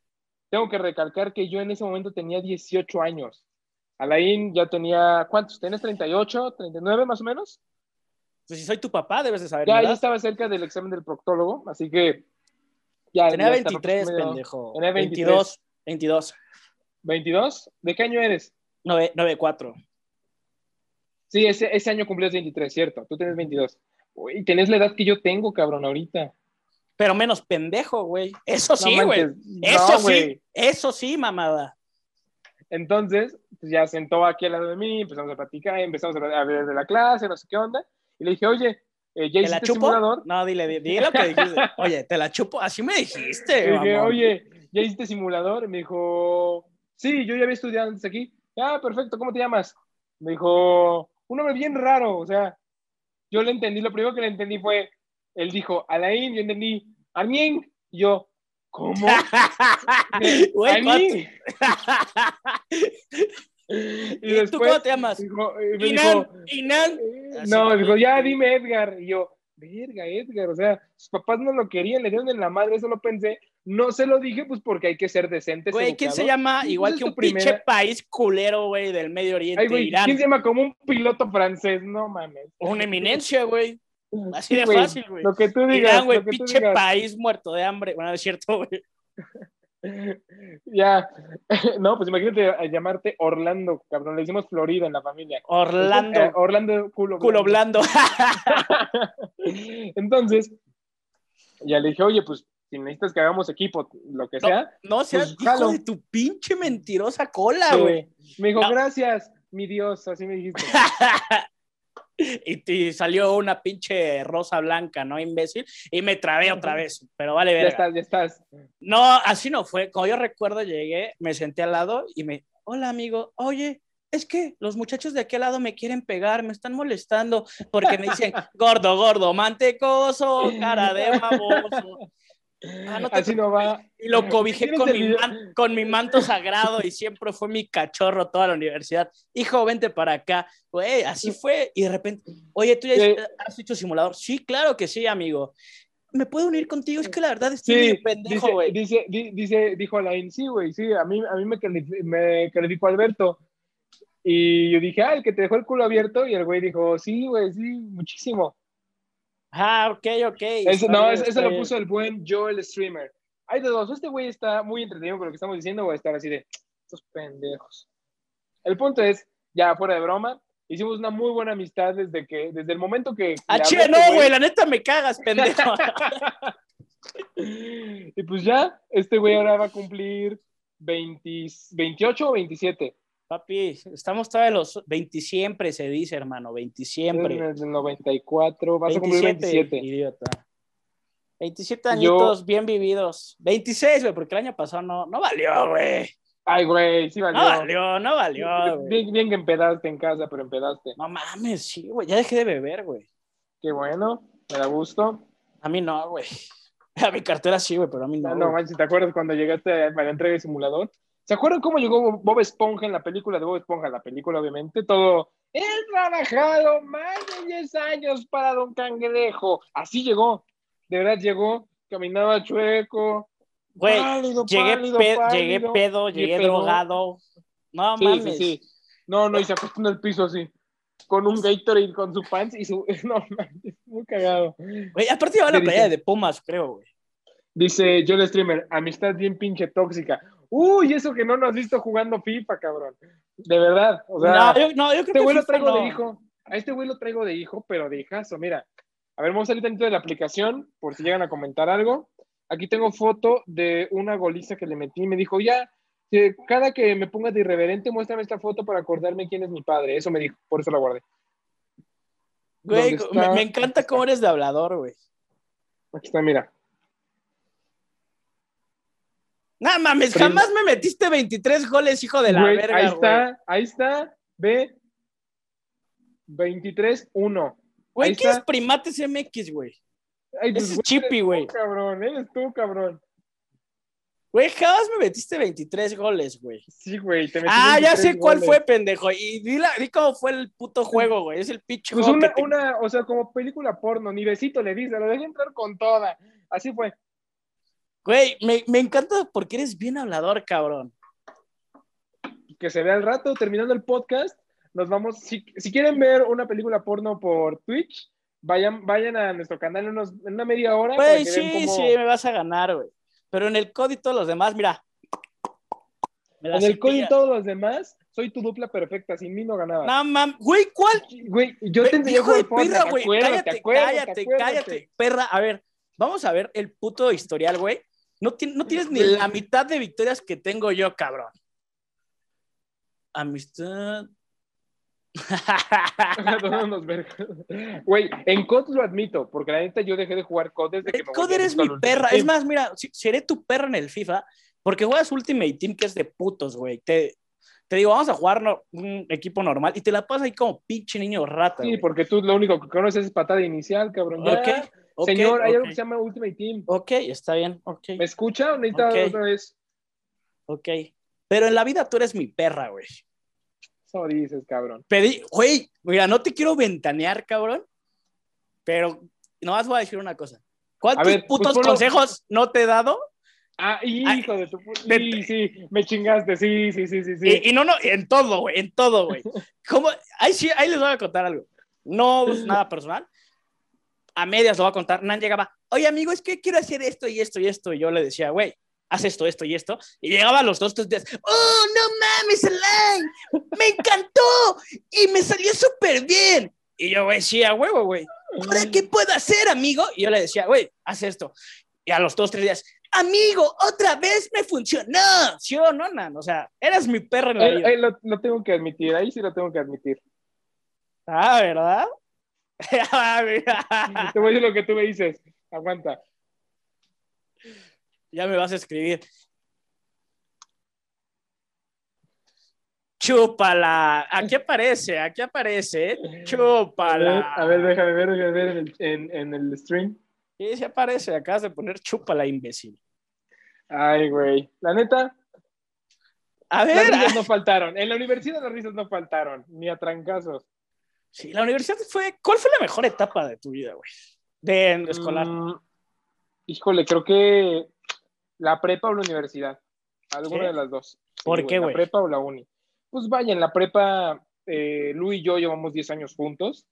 tengo que recalcar que yo en ese momento tenía 18 años. Alain ya tenía, ¿cuántos? ¿Tenés 38, 39 más o menos? Pues si soy tu papá, debes de saber. Ya, ¿verdad? ya estaba cerca del examen del proctólogo, así que ya. Tenía ya estaba 23, medio- pendejo. Tenía 23. 22, 22, ¿22? ¿De qué año eres? 9, 4. Sí, ese, ese año cumplías 23, cierto. Tú tienes 22. Uy, tenés la edad que yo tengo, cabrón, ahorita. Pero menos pendejo, güey. Eso No sí, güey. manches, no, Eso sí, güey. eso sí, mamada. Entonces, pues ya sentó aquí al lado de mí, empezamos a platicar, empezamos a hablar de la clase, no sé qué onda. Y le dije, oye, eh, ¿Te ¿ya la hiciste chupo? simulador? No, dile, di, di lo que *laughs* dijiste. Oye, te la chupo. Así me dijiste, Le dije, mamón. oye, ¿ya hiciste simulador? Y me dijo, sí, yo ya había estudiado antes aquí. Ah, perfecto, ¿cómo te llamas? Me dijo, un nombre bien raro, o sea, yo le entendí, lo primero que le entendí fue, él dijo, Alain, yo entendí, Armin, y yo, *laughs* ¿cómo? *laughs* Güey, ¿cuánto- Armin, *laughs* ¿Y, tú después- cómo te llamas? dijo, y me Inan, dijo, Inan. Eh, Así No, como- dijo, ya dime Edgar. Y yo, verga, Edgar. O sea, sus papás no lo querían, le dieron en la madre, eso lo pensé. No se lo dije, pues porque hay que ser decentes. Güey, ¿quién se educados. llama Esa igual es que tu un pinche primera- país culero, güey, del Medio Oriente, Ay, güey, Irán? ¿quién se llama como un piloto francés? No mames. *laughs* Una eminencia, güey. Así de Güey, fácil, güey. Lo que tú digas. Irán, güey, lo que tú pinche digas. país muerto de hambre. Bueno, es cierto, güey. *laughs* Ya. *laughs* No, pues imagínate a llamarte Orlando, cabrón. Le decimos Florida en la familia. Orlando, Eh, Orlando, culo. culo blando. blando. *laughs* Entonces, ya le dije, oye, pues si necesitas que hagamos equipo, lo que No, sea, no seas Pues, jalo. hijo de tu pinche mentirosa cola, Sí. güey. Me dijo, No. gracias, mi Dios, así me *laughs* dijiste. y, y salió una pinche rosa blanca, ¿no, imbécil? Y me trabé otra vez, pero vale ya verga. estás, ya estás. No, así no fue. Como yo recuerdo, llegué, me senté al lado y me, hola amigo, oye, es que los muchachos de aquel lado me quieren pegar, me están molestando porque me *laughs* dicen, gordo, gordo, mantecoso, cara de baboso. Ah, no te así no va. Y lo cobijé Eh, ¿Tienes con el mi, video? man- con mi manto sagrado y siempre fue mi cachorro toda la universidad. Hijo, vente para acá. Güey, así fue. Y de repente, oye, ¿tú ya Eh. has hecho simulador? Sí, claro que sí, amigo. ¿Me puedo unir contigo? Es que la verdad estoy Sí, medio pendejo, dice, güey. dice, di- dice, dijo Alain, sí, güey, sí, a mí, a mí me, cali- me calificó Alberto. Y yo dije, ah, el que te dejó el culo abierto. Y el güey dijo, sí, güey, sí, muchísimo. Ah, ok, ok. Eso, Está no, bien, eso, está eso lo bien. puso el buen Joel Streamer. Hay de dos, o este güey está muy entretenido con lo que estamos diciendo o estar así de, estos pendejos. El punto es, ya fuera de broma, hicimos una muy buena amistad desde que, desde el momento que... Ah, le hablé a che, este no, güey, la neta me cagas, pendejo. *laughs* *laughs* Y pues ya, este güey ahora va a cumplir 20 28 o 27. Papi, estamos todavía los 20 siempre, se dice, hermano, 20 siempre. En el 94, vas a cumplir 27. Idiota. 27 Yo- añitos bien vividos. 26, güey, porque el año pasado no, no valió, güey. Ay, güey, sí valió. No Ah, valió, no valió, güey. bien, bien que empedaste en casa, pero empedaste. No mames, sí, güey. Ya dejé de beber, güey. Qué bueno, me da gusto. A mí no, güey. *laughs* A mi cartera sí, güey, pero a mí no. No, güey. no manches, ¿te acuerdas cuando llegaste a la entrega de simulador? ¿Se acuerdan cómo llegó Bob Esponja en la película de Bob Esponja? La película, obviamente, todo. He trabajado más de 10 años para Don Cangrejo. Así llegó. De verdad llegó, caminaba chueco. Güey, pálido, llegué, pálido, pedo, pálido. llegué pedo, Llegué llegué pedo. drogado. No Sí, sí, mames. sí. No, no, y se acostó en el piso así. Con un Pues Gatorade, con su pants y su. *laughs* No, mames, muy cagado. Güey, aparte llevaba la Te dije. playa de Pumas, creo, güey. Dice Joel Streamer, amistad bien pinche tóxica. Uy, eso que no nos has visto jugando FIFA, cabrón. De verdad. O sea, no, yo, no, yo creo este que güey lo FIFA traigo no. de hijo. A este güey lo traigo de hijo, pero de hijazo. Mira, a ver, vamos a salir dentro de la aplicación por si llegan a comentar algo. Aquí tengo foto de una goliza que le metí y me dijo, ya, que cada que me pongas de irreverente, muéstrame esta foto para acordarme quién es mi padre. Eso me dijo, por eso la guardé. Güey, ¿Dónde me, está? me encanta cómo eres de hablador, güey. Aquí está, mira. No mames, Prim- jamás me metiste 23 goles, hijo de la Güey, verga, ahí güey. está, ahí está, ve. 23-1. Güey, Ahí ¿qué es está. Primates MX, güey? Ay, pues, Ese es güey, Chippy, güey. Eres tú, cabrón, eres tú, cabrón. Güey, jamás me metiste 23 goles, güey. Sí, güey, te metí Ah, ya 23 sé cuál goles. fue, pendejo. Y di, la- di cómo fue el puto juego, güey. Es el pinche Pues juego que una, te- una, o sea, como película porno, ni besito le dice, lo dejé entrar con toda. Así fue. Güey, me, me encanta porque eres bien hablador, cabrón. que se vea al rato, terminando el podcast, nos vamos, si, si quieren ver una película porno por Twitch, vayan, vayan a nuestro canal en, unos- en una media hora. para Güey, que vean sí, cómo- sí, me vas a ganar, güey. Pero en el código todos los demás, mira. Me la En el código y cepillas. todos los demás, soy tu dupla perfecta, sin mí no ganabas. No, mam, güey, ¿cuál? Güey, yo te enseñé a Hijo de jugar porno, perra, ¿te güey. acuerdas? ¿Te Cállate, acuerdas? ¿Te cállate, acuerdas? cállate, perra. A ver, vamos a ver el puto historial, güey. No, ti- no tienes ni Güey. la mitad de victorias que tengo yo, cabrón. *laughs* Amistad. No, nos verga. Güey, en COD lo admito, porque la neta yo dejé de jugar COD desde que me volví Coder eres adicto mi al perra. Ultimate Es más, mira, si- seré tu perra en el FIFA, porque juegas Ultimate Team, que es de putos, güey. Te, te digo, vamos a jugar no- un equipo normal y te la pasas ahí como pinche niño rata. Team. Sí, güey. porque tú lo único que conoces es patada inicial, cabrón. Ya, Ok, ok, Señor, hay algo ok. que se llama Ultimate Team. Ok, está bien, ok. ¿Me escucha o necesita Ok. otra vez? Ok. Pero en la vida tú eres mi perra, güey. Eso dices, cabrón. Pedí, güey, mira, no te quiero ventanear, cabrón. Pero nomás voy a decir una cosa. ¿Cuántos ver, pues, putos ponlo- consejos no te he dado? Ah, Ay, hijo de tu puta. de- Eh, Sí, sí, me chingaste, sí, sí, sí, sí, sí. Y, y no, no, en todo, güey, en todo, güey. ¿Cómo? Ahí sí, ahí les voy a contar algo. No es nada personal. A medias lo voy a contar. Nan llegaba, oye, amigo, es que quiero hacer esto y esto y esto. Y yo le decía, güey, haz esto, esto y esto. Y llegaba a los dos, tres días, ¡oh, no mames, Alain! ¡Me encantó! ¡Y me salió súper bien! Y yo, güey, sí, a huevo, güey. ¿Ahora eh, qué puedo hacer, amigo? Y yo le decía, güey, haz esto. Y a los dos, tres días, amigo, otra vez me funcionó. ¿Sí o no, Nan? O sea, eres mi perro en la Eh, vida. eh, lo, lo tengo que admitir, ahí sí lo tengo que admitir. Ah, ¿verdad? *laughs* Ah, mira. Te voy a decir lo que tú me dices. Aguanta. ya me vas a escribir. Chúpala. Aquí aparece, aquí aparece. ¿eh? A ver, Chúpala. a ver, déjame ver, déjame ver en el, en, en el stream. Sí, sí aparece. Acabas de poner chúpala, imbécil. Ay, güey. La neta, A las ver. risas ah, no faltaron. En la universidad las risas no faltaron, ni a trancazos. sí, la universidad fue. ¿Cuál fue la mejor etapa de tu vida, güey? De, de escolar. Mm, híjole, creo que la prepa o la universidad. Alguna ¿Sí? de las dos. Sí, ¿Por qué, güey? ¿La prepa o la uni? Pues vaya, en la prepa, eh, Lu y yo llevamos 10 años juntos.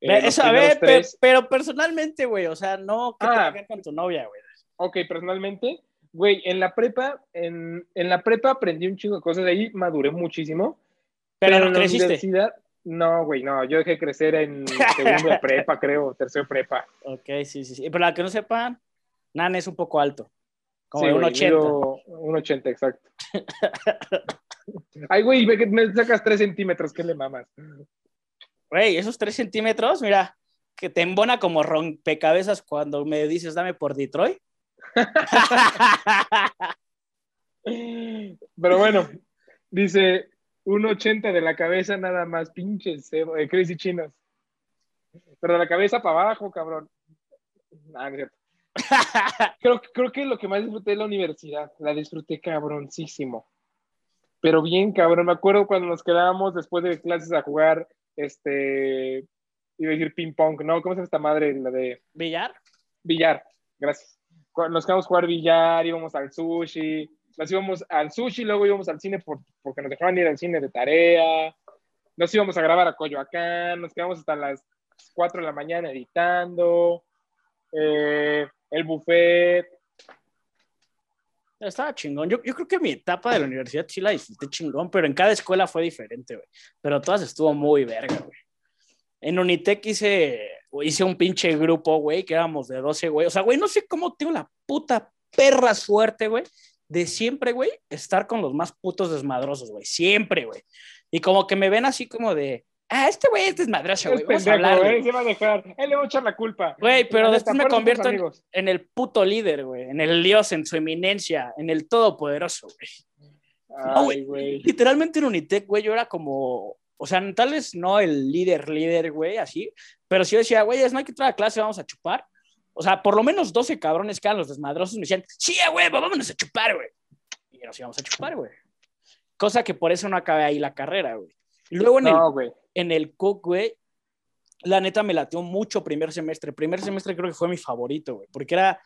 Eh, Ve, los eso, a primeros ver, pe- tres- pero personalmente, güey. O sea, no que Ah. te hagan con tu novia, güey. Ok, personalmente, güey, en la prepa, en, en la prepa aprendí un chingo de cosas, de ahí maduré muchísimo. Pero, no en la creciste. universidad, no, güey, no, yo dejé crecer en segundo de prepa, creo, tercero de prepa. Ok, sí, sí, sí. Pero la que no sepan, Nan es un poco alto. Como Sí, de un güey, 80. mido Un 80, exacto. Ay, güey, ve que me sacas 3 centímetros, ¿qué le mamas? Güey, esos tres centímetros, mira, que te embona como rompecabezas cuando me dices dame por Detroit. Pero bueno, dice un 80 de la cabeza nada más, pinches cebo- eh, crazy chinos. Pero de la cabeza para abajo, cabrón. Ah, no es cierto. creo, creo que lo que más disfruté es la universidad. La disfruté cabroncísimo. Pero bien, cabrón. Me acuerdo cuando nos quedábamos después de clases a jugar, este, iba a decir ping pong, ¿no? ¿Cómo se llama esta madre? La de ¿Billar? billar. Gracias. Cu- Nos quedamos a jugar billar, íbamos al sushi. Nos íbamos al sushi, luego íbamos al cine por- porque nos dejaban ir al cine de tarea. Nos íbamos a grabar a Coyoacán, nos quedamos hasta las 4 de la mañana editando. eh, el buffet, Estaba chingón. Yo, yo creo que mi etapa de la universidad sí la disfruté chingón, pero en cada escuela fue diferente, güey. Pero todas estuvo muy verga, güey. En Unitec hice, hice un pinche grupo, güey, que éramos de 12, güey. O sea, güey, no sé cómo tengo la puta perra suerte, güey, de siempre, güey, estar con los más putos desmadrosos, güey. Siempre, güey. Y como que me ven así como de, ah, este güey es desmadroso, güey. Es Vamos a pendejo, Ah, hablar, eh, se va a dejar. Él le va a echar la culpa. Güey, pero Ahí después está, me fuerza, convierto en, amigos. en el puto líder, güey. En el dios, en su eminencia, en el todopoderoso, güey. No, güey. Ay, güey. literalmente en Unitec, güey, yo era como, o sea, tal vez no el líder, líder, güey, así, pero sí decía, güey, es no hay que entrar a clase, vamos a chupar. O sea, por lo menos 12 cabrones que eran los desmadrosos me decían, sí, a huevo, vámonos a chupar, güey. Y nos íbamos a chupar, güey. Cosa que por eso no acabé ahí la carrera, güey. Y Luego en el No, güey. en el Cook, güey, la neta me latió mucho primer semestre. Primer semestre creo que fue mi favorito, güey, porque era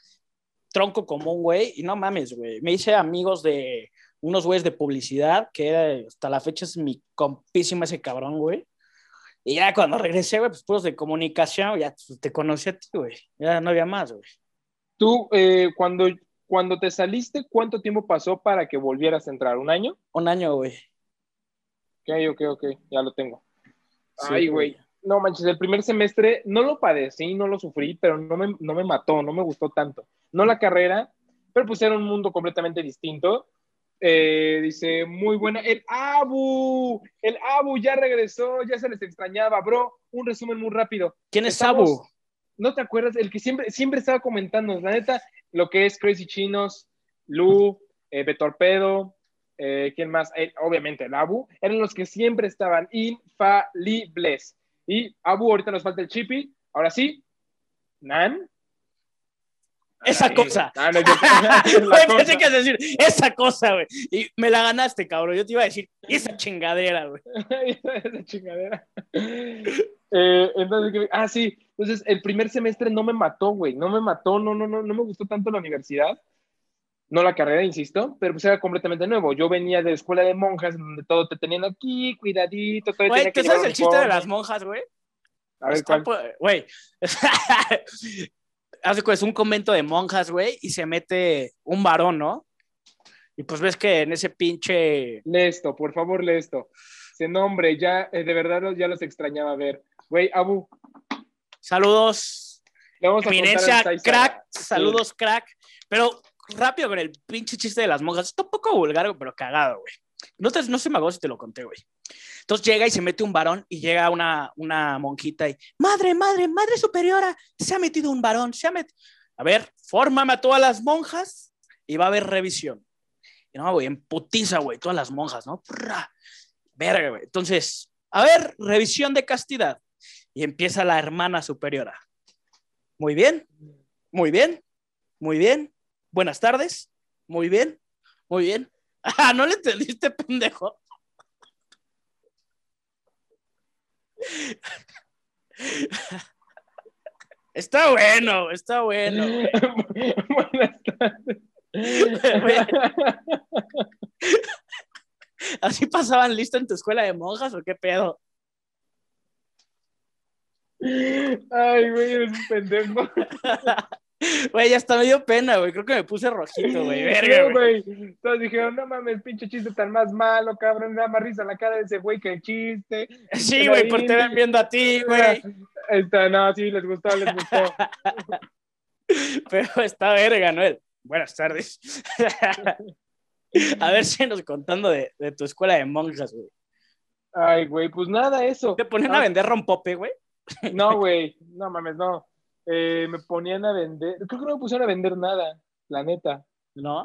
tronco común, güey, y no mames, güey. Me hice amigos de unos güeyes de publicidad, que era, hasta la fecha es mi compísima ese cabrón, güey. Y ya cuando regresé, güey, pues puros de comunicación, ya pues, te conocí a ti, güey. Ya no había más, güey. Tú, eh, cuando, cuando te saliste, ¿cuánto tiempo pasó para que volvieras a entrar? ¿Un año? Un año, güey. Ok, ok, ok, ya lo tengo. Sí, Ay, güey. No manches, el primer semestre no lo padecí, no lo sufrí, pero no me, no me mató, no me gustó tanto. No la carrera, pero pues era un mundo completamente distinto. Eh, dice, muy buena. El Abu, el Abu ya regresó, ya se les extrañaba, bro. Un resumen muy rápido. ¿Quién es Estamos- Sabu? ¿No te acuerdas? El que siempre, siempre estaba comentando, la neta, lo que es Crazy Chinos, Lu, eh, Betorpedo, eh, ¿quién más? Eh, obviamente, el Abu, eran los que siempre estaban infalibles. Y Abu, ahorita nos falta el Chipi. Ahora sí, Nan. Esa Ay, cosa. ah, no, *laughs* yo- la *laughs* Güey, cosa. pensé que ibas a decir esa cosa, güey. Y me la ganaste, cabrón. Yo te iba a decir esa chingadera, güey. *laughs* Esa chingadera. Eh, entonces, ¿qué- ah, sí. Entonces, el primer semestre no me mató, güey. No me mató, no, no, no, no me gustó tanto la universidad. No la carrera, insisto, pero pues era completamente nuevo. Yo venía de escuela de monjas, donde todo te tenían aquí, cuidadito, todo Güey, tenía que ¿tú sabes llevar el chiste de uniforme. las monjas, güey? A ver, Está ¿cuál? pu- Güey. *laughs* Hace es un convento de monjas, güey, y se mete un varón, ¿no? Y pues ves que en ese pinche. Lee esto, por favor, lee esto. Ese nombre, ya, eh, de verdad, los- ya los extrañaba ver. Güey, Abu, Saludos, le vamos a contar eminencia, al Taizara. crack. Saludos, crack. Pero rápido con el pinche chiste de las monjas. Está un poco vulgar, güey, pero cagado, güey. No, te- no se me hago si te lo conté, güey. Entonces llega y se mete un varón y llega una, una monjita y, madre, madre, madre superiora, se ha metido un varón, se ha metido... A ver, fórmame a todas las monjas y va a haber revisión. Y no, güey, en putiza, güey, todas las monjas, ¿no? Prra. Verga, güey. Entonces, a ver, revisión de castidad. Y empieza la hermana superiora. Muy bien, muy bien, muy bien. Buenas tardes, muy bien, muy bien. *laughs* Ah, ¿no le entendiste, pendejo? *laughs* Está bueno, está bueno. *laughs* Buenas *laughs* tardes. *laughs* ¿Así pasaban listo en tu escuela de monjas o qué pedo? Ay, güey, eres un pendejo. *laughs* Güey, ya está medio pena, güey. Creo que me puse rojito, güey. Verga, No, güey. güey. Todos dijeron, no mames, pinche chiste tan más malo, cabrón. Da más risa la cara de ese güey que el chiste. Sí, güey, porque te ven viendo a *laughs* ti, güey. Esta, Este, no, sí, les gustó, les gustó. Pero está verga, Noel. Buenas tardes. *laughs* A ver si nos contando de, de tu escuela de monjas, güey. Ay, güey, pues nada, eso. Te ponen a Ah, vender rompope, güey. No, güey, no mames, no. Eh, me ponían a vender, creo que no me pusieron a vender nada, la neta. ¿No?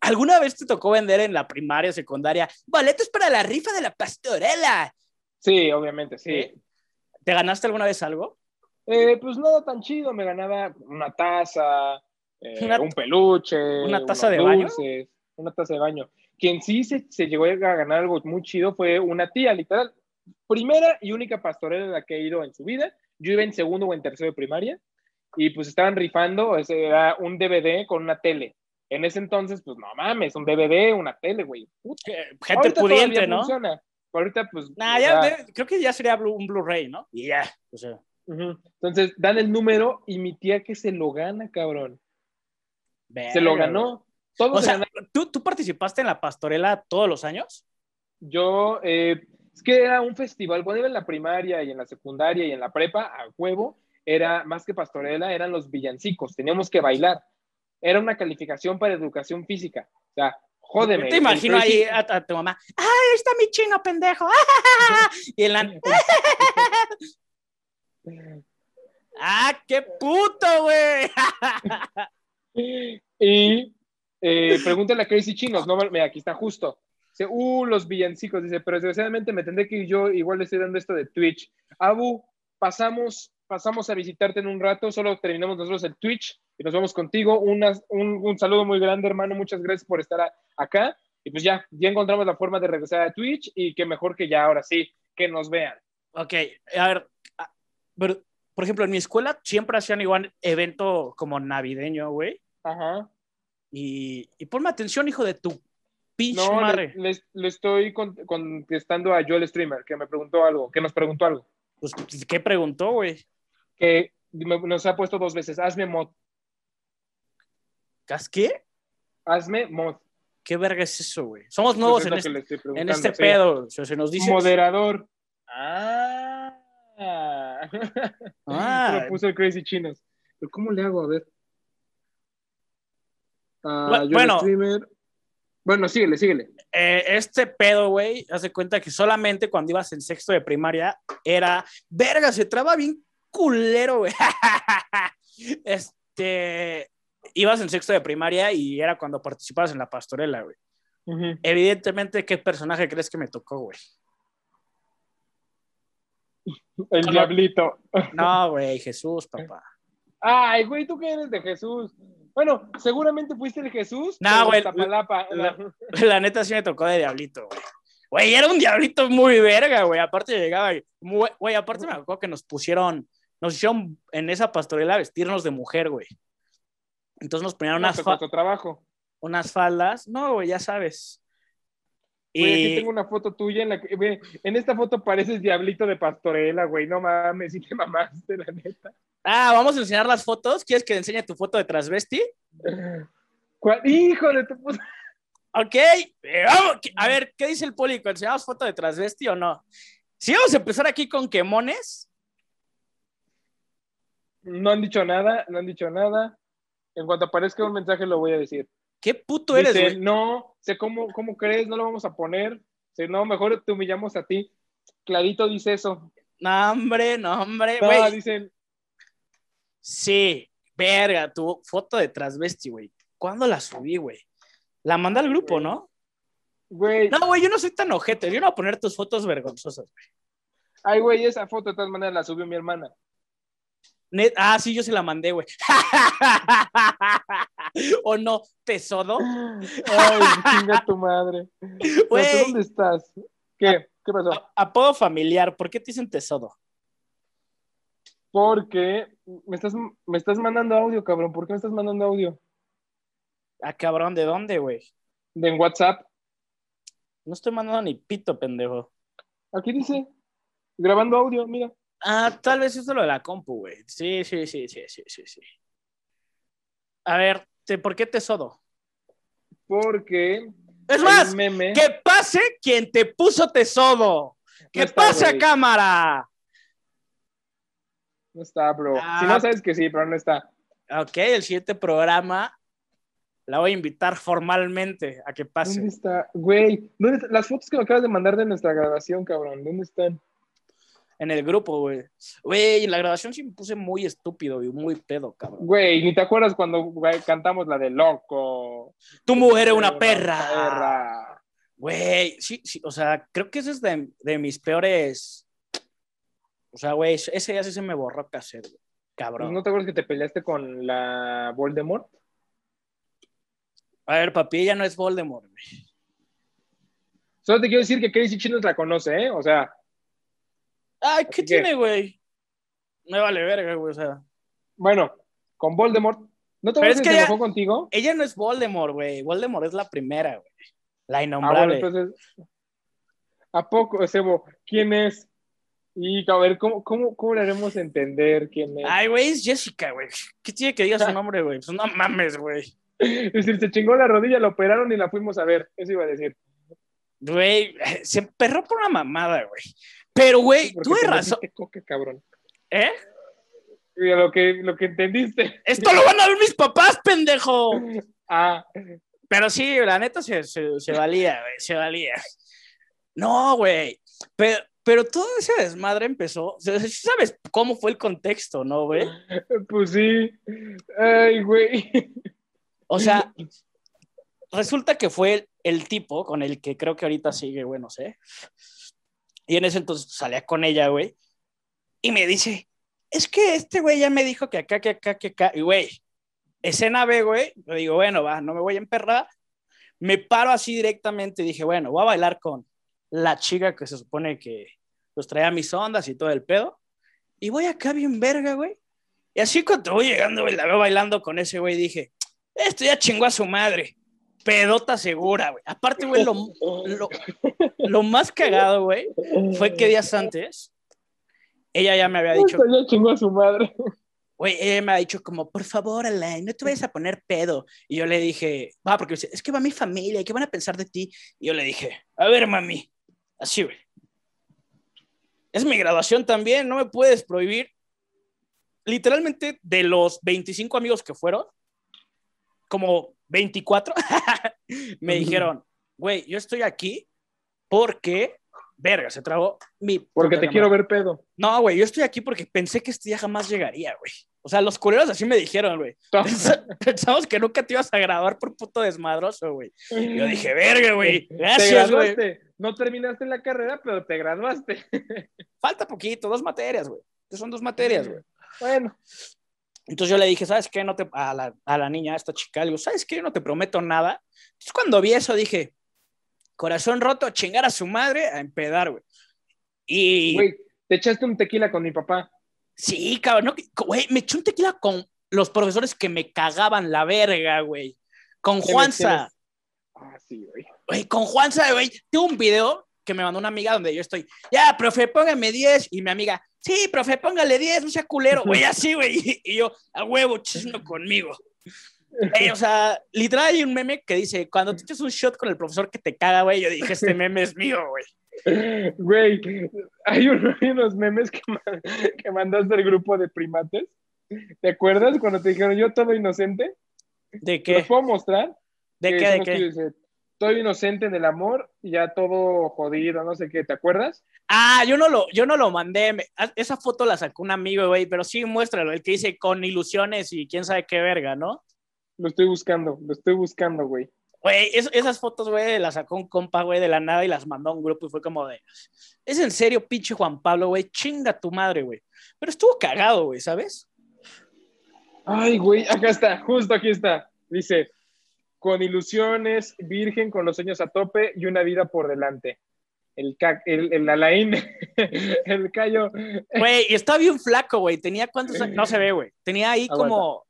¿Alguna vez te tocó vender en la primaria, secundaria, boletos para la rifa de la pastorela? Sí, obviamente, sí. ¿Eh? ¿Te ganaste alguna vez algo? Eh, pues nada tan chido, me ganaba una taza, eh, Una- un peluche, ¿Una taza unos de baño? dulces, una taza de baño. Quien sí se, se llegó a ganar algo muy chido fue una tía, literal. Primera y única pastorela a la que he ido en su vida. Yo iba en segundo o en tercero de primaria y pues estaban rifando, ese era un DVD con una tele. En ese entonces, pues no mames, un DVD, una tele, güey. Puta, Eh, Gente ahorita pudiente, todavía ¿no? funciona. Ahorita, pues. Nah, o ya, sea, ve- creo que ya sería Blu- un Blu-ray, ¿no? Y ya, o sea, ujú. Entonces dan el número y mi tía que se lo gana, cabrón. Se verga, lo güey. ganó. Todos O se sea, ganaron. ¿tú, tú participaste en la pastorela todos los años? Yo, eh, es que era un festival. Cuando iba en la primaria y en la secundaria y en la prepa, a huevo, era más que pastorela, eran los villancicos. Teníamos que bailar. Era una calificación para educación física. O sea, jódeme. Yo te imagino el ahí Crazy- a, a tu mamá, ¡ay, ahí está mi chino, pendejo! ¡Ah! *laughs* y en *laughs* la... ¡Ah, qué puto, güey! *laughs* Y eh, pregúntale a Crazy Chinos, no, mira, aquí está justo. Dice, uh, los villancicos, dice, pero desgraciadamente me tendré que ir yo, igual le estoy dando esto de Twitch. Abu, pasamos, pasamos a visitarte en un rato, solo terminamos nosotros el Twitch y nos vamos contigo. Unas- un, un saludo muy grande, hermano, muchas gracias por estar a- acá. Y pues ya, ya encontramos la forma de regresar a Twitch y que mejor que ya ahora sí, que nos vean. ok, a ver, ah, pero por ejemplo, en mi escuela siempre hacían igual evento como navideño, güey. Ajá. Y, y ponme atención, hijo de tu pinche No, le, madre. le- le estoy con- contestando a Joel Streamer, que me preguntó algo, que nos preguntó algo, Pues, ¿qué preguntó, güey? que me- nos ha puesto dos veces, hazme mod, ¿Cas qué? hazme mod. ¿Qué verga es eso, güey? Somos No, nuevos en este, en este pedo. pedo. O sea, se nos dice. Moderador. Ah. Ah. *laughs* Lo puso el Crazy Chinos. Pero ¿cómo le hago? A ver. Ah, Bu- yo el bueno. streamer. Bueno, síguele, síguele. eh, este pedo, güey, hace cuenta que solamente cuando ibas en sexto de primaria era, verga, se traba bien culero, güey. *laughs* este, ibas en sexto de primaria y era cuando participabas en la pastorela, güey. Evidentemente, ¿qué personaje crees que me tocó, güey? El Hola. diablito. No, güey, Jesús, papá. Ay, güey, ¿tú qué eres de Jesús? Bueno, seguramente fuiste el Jesús. No, pero güey, de Tapalapa. la- *laughs* La neta sí me tocó de diablito, güey. Güey, era un diablito muy verga, güey. Aparte llegaba, y- mu- güey, aparte me acuerdo que nos pusieron, nos hicieron en esa pastorela vestirnos de mujer, güey. Entonces nos ponían No, unas, te fa- costó trabajo. unas faldas. No, güey, ya sabes. Güey, aquí Y, tengo una foto tuya en la que, ve, en esta foto pareces diablito de pastorela, güey, no mames, sí te mamaste, la neta. ah, vamos a enseñar las fotos. ¿Quieres que te enseñe tu foto de transvesti? ¿Cuál? Híjole, tu puta- Ok. eh, vamos. A ver, ¿qué dice el público? ¿Enseñamos foto de transvesti o no? Si vamos a empezar aquí con quemones, No han dicho nada, no han dicho nada. En cuanto aparezca un mensaje lo voy a decir. ¿qué puto eres, Dice, güey? no, sé cómo, cómo crees, no lo vamos a poner. Dice, no, mejor te humillamos a ti. Clarito dice eso. Ah, No, hombre, no, hombre, No, Eh, güey. dicen, Sí, verga, tu foto de transvesti, güey. ¿Cuándo la subí, güey? La mandé al grupo, ¿no? güey, No, güey, yo no soy tan ojete. Yo no voy a poner tus fotos vergonzosas. ay, güey, esa foto de todas maneras la subió *laughs* mi hermana. Ne- ah, sí, yo se la mandé, güey. *laughs* o no, te sodo. Ay, chinga tu madre. Pero, ¿tú Güey. ¿Dónde estás? ¿Qué? ¿Qué pasó? A- Apodo familiar, ¿por qué te dicen te sodo? Porque me estás, me estás mandando audio, cabrón. ¿Por qué me estás mandando audio? Ah, cabrón, ¿de dónde, güey? De en WhatsApp. No estoy mandando ni pito, pendejo. Aquí dice, grabando audio, mira. Ah, tal vez eso es lo de la compu, güey. Sí, sí, sí, sí, sí, sí, sí. A ver, te- ¿por qué te sodo? Porque. Es hay más, un meme. Que pase quien te puso tesoro. Que No está, pase a güey. cámara. No está, bro. Ah. Si no sabes que sí, pero no está. Ok, el siguiente programa la voy a invitar formalmente a que ¿Dónde pase. está? Güey, ¿dónde está? las fotos que me acabas de mandar de nuestra grabación, cabrón, ¿dónde están? En el grupo, güey. Güey, en la grabación sí me puse muy estúpido y muy pedo, cabrón. Güey, ni te acuerdas cuando güey, cantamos la de loco. Tu mujer es una perra. perra. Güey, sí, sí, o sea, creo que ese es de, de mis peores. O sea, güey, ese ya sí se me borró cassette, güey. Cabrón. Pues, ¿No te acuerdas que te peleaste con la Voldemort? A ver, papi, ya no es Voldemort, güey. Solo te quiero decir que Crazy Chinos la conoce, ¿eh? O sea, Ay, ¿qué Así que- tiene, güey? Me vale verga, güey, o sea. bueno, con Voldemort. ¿No te Pero acuerdas es que, que se ya- enojó contigo? Ella no es Voldemort, güey. Voldemort es la primera, güey. La Ah, bueno, innombrable. entonces. ¿A poco, Sebo? ¿Quién es? Y, a ver, ¿cómo, cómo, cómo le haremos entender quién es? Ay, güey, es Jessica, güey. ¿Qué tiene que diga Ah. su nombre, güey? Pues no mames, güey. *laughs* Es decir, se chingó la rodilla, la operaron y la fuimos a ver. Eso iba a decir. Güey, se emperró por una mamada, güey. Pero, güey, Porque tuve te razón, metiste coca, cabrón. ¿eh? Y a lo que, lo que entendiste. *laughs* Esto lo van a ver mis papás, pendejo. Ah, Pero sí, la neta se, se- se valía, güey, se valía. No, güey. Pero, pero todo ese desmadre empezó. Sí ¿Sabes cómo fue el contexto, no, güey? pues sí. Ay, güey. O sea, resulta que fue el, el tipo con el que creo que ahorita sigue, güey, no sé. Y en ese entonces salía con ella, güey. Y me dice, es que este güey ya me dijo que acá, que acá, que acá. Y güey, escena B, güey. Yo digo, bueno, va, no me voy a emperrar. Me paro así directamente y dije, bueno, voy a pues, bailar con la chica que se supone que los traía mis ondas y todo el pedo. Y voy acá bien verga, güey. Y así cuando voy llegando, güey, la veo bailando con ese güey, dije, esto ya chingó a su madre. Pedota segura, güey. Aparte, güey, lo, lo, lo más cagado, güey, fue que días antes, ella ya me había dicho, Esto *laughs* ya chingó a su madre. güey, ella me ha dicho como, por favor, Alain, no te vayas a poner pedo. Y yo le dije, va, porque me dice, es que va mi familia, ¿y ¿qué van a pensar de ti? Y yo le dije, a ver, mami, así, güey. Es mi graduación también, no me puedes prohibir. Literalmente, de los 25 amigos que fueron, como 24, *laughs* me dijeron, güey, yo estoy aquí porque, verga, se trabó mi... Porque puta te madre". quiero ver *laughs* pedo. No, güey, yo estoy aquí porque pensé que este día jamás llegaría, güey. O sea, los culeros así me dijeron, *laughs* güey. Pensa- Pensamos que nunca te ibas a grabar por puto desmadroso, güey. Y Yo dije, verga, güey. Te Gracias, güey. graduaste. No terminaste la carrera, pero te graduaste. Falta poquito, dos materias, güey. Que Son dos materias, güey. Bueno, Entonces yo le dije, ¿sabes qué? No te... A la, a la niña, a esta chica, le digo, ¿sabes qué? Yo no te prometo nada. Entonces cuando vi eso dije, corazón roto, chingar a su madre, a empedar, güey. Y... güey, te echaste un tequila con mi papá. Sí, cabrón, no, que- güey, me eché un tequila con los profesores que me cagaban la verga, güey. Con ¿Qué me Juanza, tienes? Ah, sí, güey. güey, con Juanza, güey. Tengo un video que me mandó una amiga donde yo estoy, ya, profe, póngame 10. Y mi amiga, sí, profe, póngale 10, no sea culero, güey, así, güey. Y, y yo, a huevo, chisno conmigo. Güey, o sea, literal hay un meme que dice, cuando te echas un shot con el profesor que te caga, güey, yo dije, este meme es mío, güey. Güey, hay, un- hay unos memes que, ma- que mandaste al grupo de primates. ¿Te acuerdas cuando te dijeron yo todo inocente? ¿De ¿Te qué? puedo mostrar? ¿De Que qué? ¿De hicimos qué? que dice, Todo inocente en el amor, ya todo jodido, no sé qué. ¿Te acuerdas? Ah, yo no lo, yo no lo mandé. me- ah, esa foto la sacó un amigo, güey, pero sí muéstralo, el que dice con ilusiones y quién sabe qué verga, ¿no? Lo estoy buscando, lo estoy buscando, güey. Güey, es- esas fotos, güey, las sacó un compa, güey, de la nada y las mandó a un grupo y fue como de, es en serio, pinche Juan Pablo, güey, chinga tu madre, güey. Pero estuvo cagado, güey, ¿sabes? Ay, güey, acá está, justo aquí está. Dice, con ilusiones, virgen, con los sueños a tope y una vida por delante. El, ca- el, el Alain, *laughs* el Cayo. Güey, y está bien flaco, güey, tenía cuántos años, no se ve, güey, tenía ahí como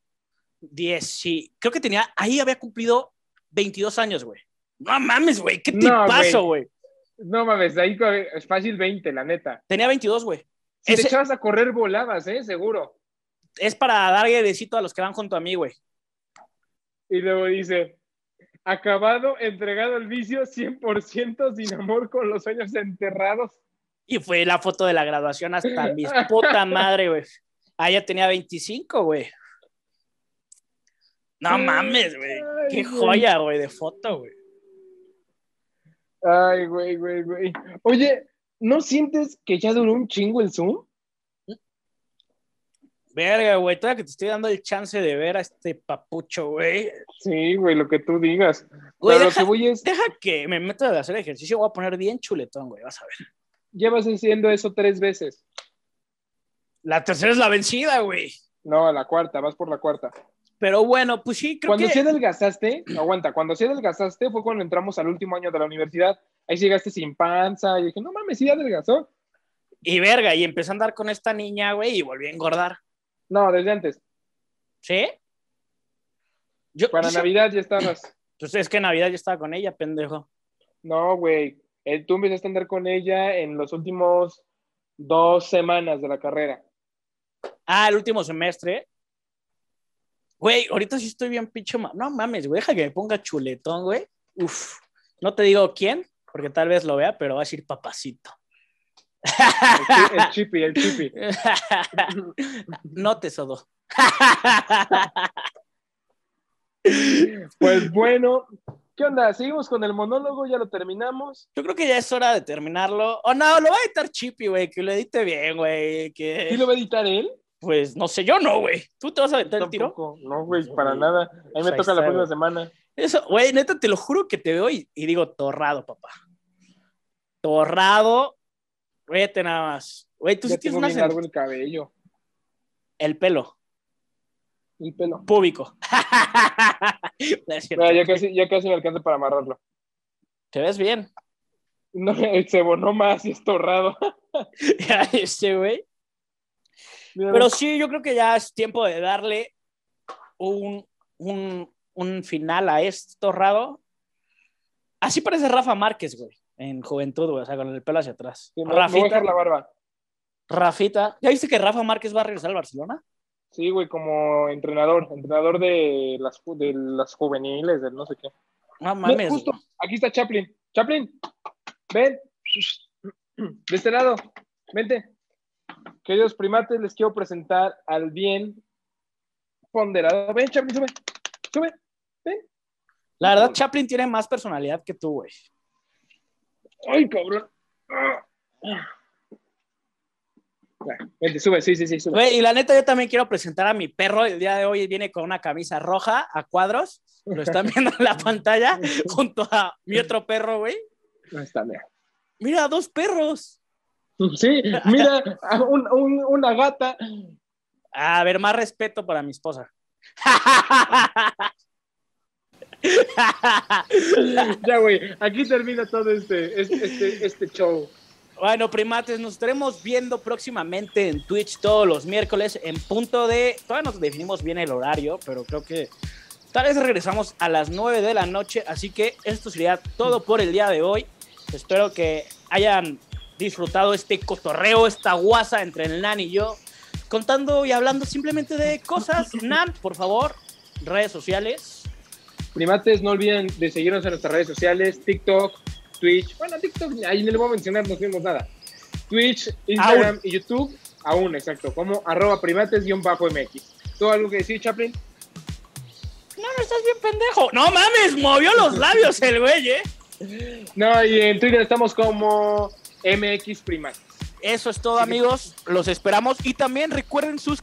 10, sí, creo que tenía, ahí había cumplido 22 años, güey. No mames, güey, qué No, tipazo, güey. No mames, de ahí co- es fácil 20, la neta. Tenía 22, güey. Si Ese- te echabas a correr, volabas, ¿eh? Seguro. es para darle besito a los que van junto a mí, güey. Y luego dice, acabado, entregado al vicio, 100% sin amor, con los sueños enterrados. Y fue la foto de la graduación hasta mi puta madre, güey. Ah, ya tenía 25, güey. No mames, güey. Qué Ay, güey. joya, güey, de foto, güey. Ay, güey, güey, güey. Oye, ¿no sientes que ya duró un chingo el Zoom? Verga, güey. Todavía que te estoy dando el chance de ver a este papucho, güey. Sí, güey, lo que tú digas. Güey, Pero lo deja- que voy es, Deja que me meta de hacer ejercicio, voy a poner bien chuletón, güey. Vas a ver. llevas haciendo eso tres veces. La tercera es la vencida, güey. No, a la cuarta, vas por la cuarta. Pero bueno, pues sí, creo cuando que. sí adelgazaste, *clears throat* aguanta, cuando sí adelgazaste fue cuando entramos al último año de la universidad. Ahí sí llegaste sin panza y dije, no mames, sí adelgazó. Y verga, y empecé a andar con esta niña, güey, y volví a engordar. No, desde antes. ¿Sí? Yo, Para yo- Navidad ya estabas. Pues es que en Navidad yo estaba con ella, pendejo. No, güey. Eh, Tú empezaste a andar con ella en los últimos dos semanas de la carrera. Ah, el último semestre. Güey, ahorita sí estoy bien pinche. ma- No mames, güey, deja que me ponga chuletón, güey. Uf. No te digo quién, porque tal vez lo vea, pero va a decir papacito. *laughs* El chi- El chipi, el chipi. no te sodo. Pues bueno, ¿qué onda? ¿Seguimos con el monólogo? ¿Ya lo terminamos? Yo creo que ya es hora de terminarlo. Oh, no, lo va a editar Chippy, güey, que lo edite bien, güey. Que... ¿Sí lo va a editar él? Pues no sé, yo no, güey. ¿Tú te vas a aventar el tiro? Tampoco. No, güey, No, para güey. nada. A mí Pues me ahí toca está, la próxima güey. semana. Eso, güey, neta, te lo juro que te veo y, y digo, torrado, papá. Torrado. Vete nada más. Güey, tú Ya sí tienes tengo una bien sen- largo el cabello, El pelo, el pelo. púbico. *laughs* No es cierto. Mira, ya, casi, ya casi me alcanza para amarrarlo. *laughs* Te ves bien. *laughs* *laughs* No, se bonó más y es torrado. este, güey. Mira, Pero sí, yo creo que ya es tiempo de darle un, un- un final a esto, Rado. Así parece Rafa Márquez, güey, en juventud, güey, o sea, con el pelo hacia atrás. Sí, me- me voy a Rafita, dejar la barba. Rafita. ¿Ya viste que Rafa Márquez va a regresar al Barcelona? Sí, güey, como entrenador, entrenador de las, ju- de las juveniles, del no sé qué. No mames. justo. güey. Aquí está Chaplin. Chaplin, ven. *clears throat* De este lado, vente. Queridos primates, les quiero presentar al bien ponderado. Ven, Chaplin, sube. Sube. La verdad, Chaplin tiene más personalidad que tú, güey. Ay, cabrón. Ah. Vente, sube, sí, sí, sí, sube. Güey, y la neta, yo también quiero presentar a mi perro. El día de hoy viene con una camisa roja a cuadros. Lo *laughs* están viendo en la pantalla junto a mi otro perro, güey. Ahí está, mira. Mira, dos perros. Sí, mira, a un- un- una gata. A ver, más respeto para mi esposa. Ya, güey, aquí termina todo este, este, este, este show. Bueno, primates, nos estaremos viendo próximamente en Twitch todos los miércoles en punto de... Todavía nos definimos bien el horario, pero creo que tal vez regresamos a las 9 de la noche, así que esto sería todo por el día de hoy. Espero que hayan disfrutado este cotorreo, esta guasa entre el Nan y yo, contando y hablando simplemente de *laughs* cosas. Nan, por favor, redes sociales. Primates, no olviden de seguirnos en nuestras redes sociales, TikTok, Twitch. Bueno, TikTok, ahí no le voy a mencionar, no subimos nada. Twitch, Instagram y YouTube, aún, exacto, como arroba primates-mx. ¿Todo algo que decir, Chaplin? No, no estás bien pendejo. No mames, movió los labios el güey, ¿eh? No, y en Twitter estamos como MX Primates. Eso es todo, amigos. Los esperamos. Y también recuerden sus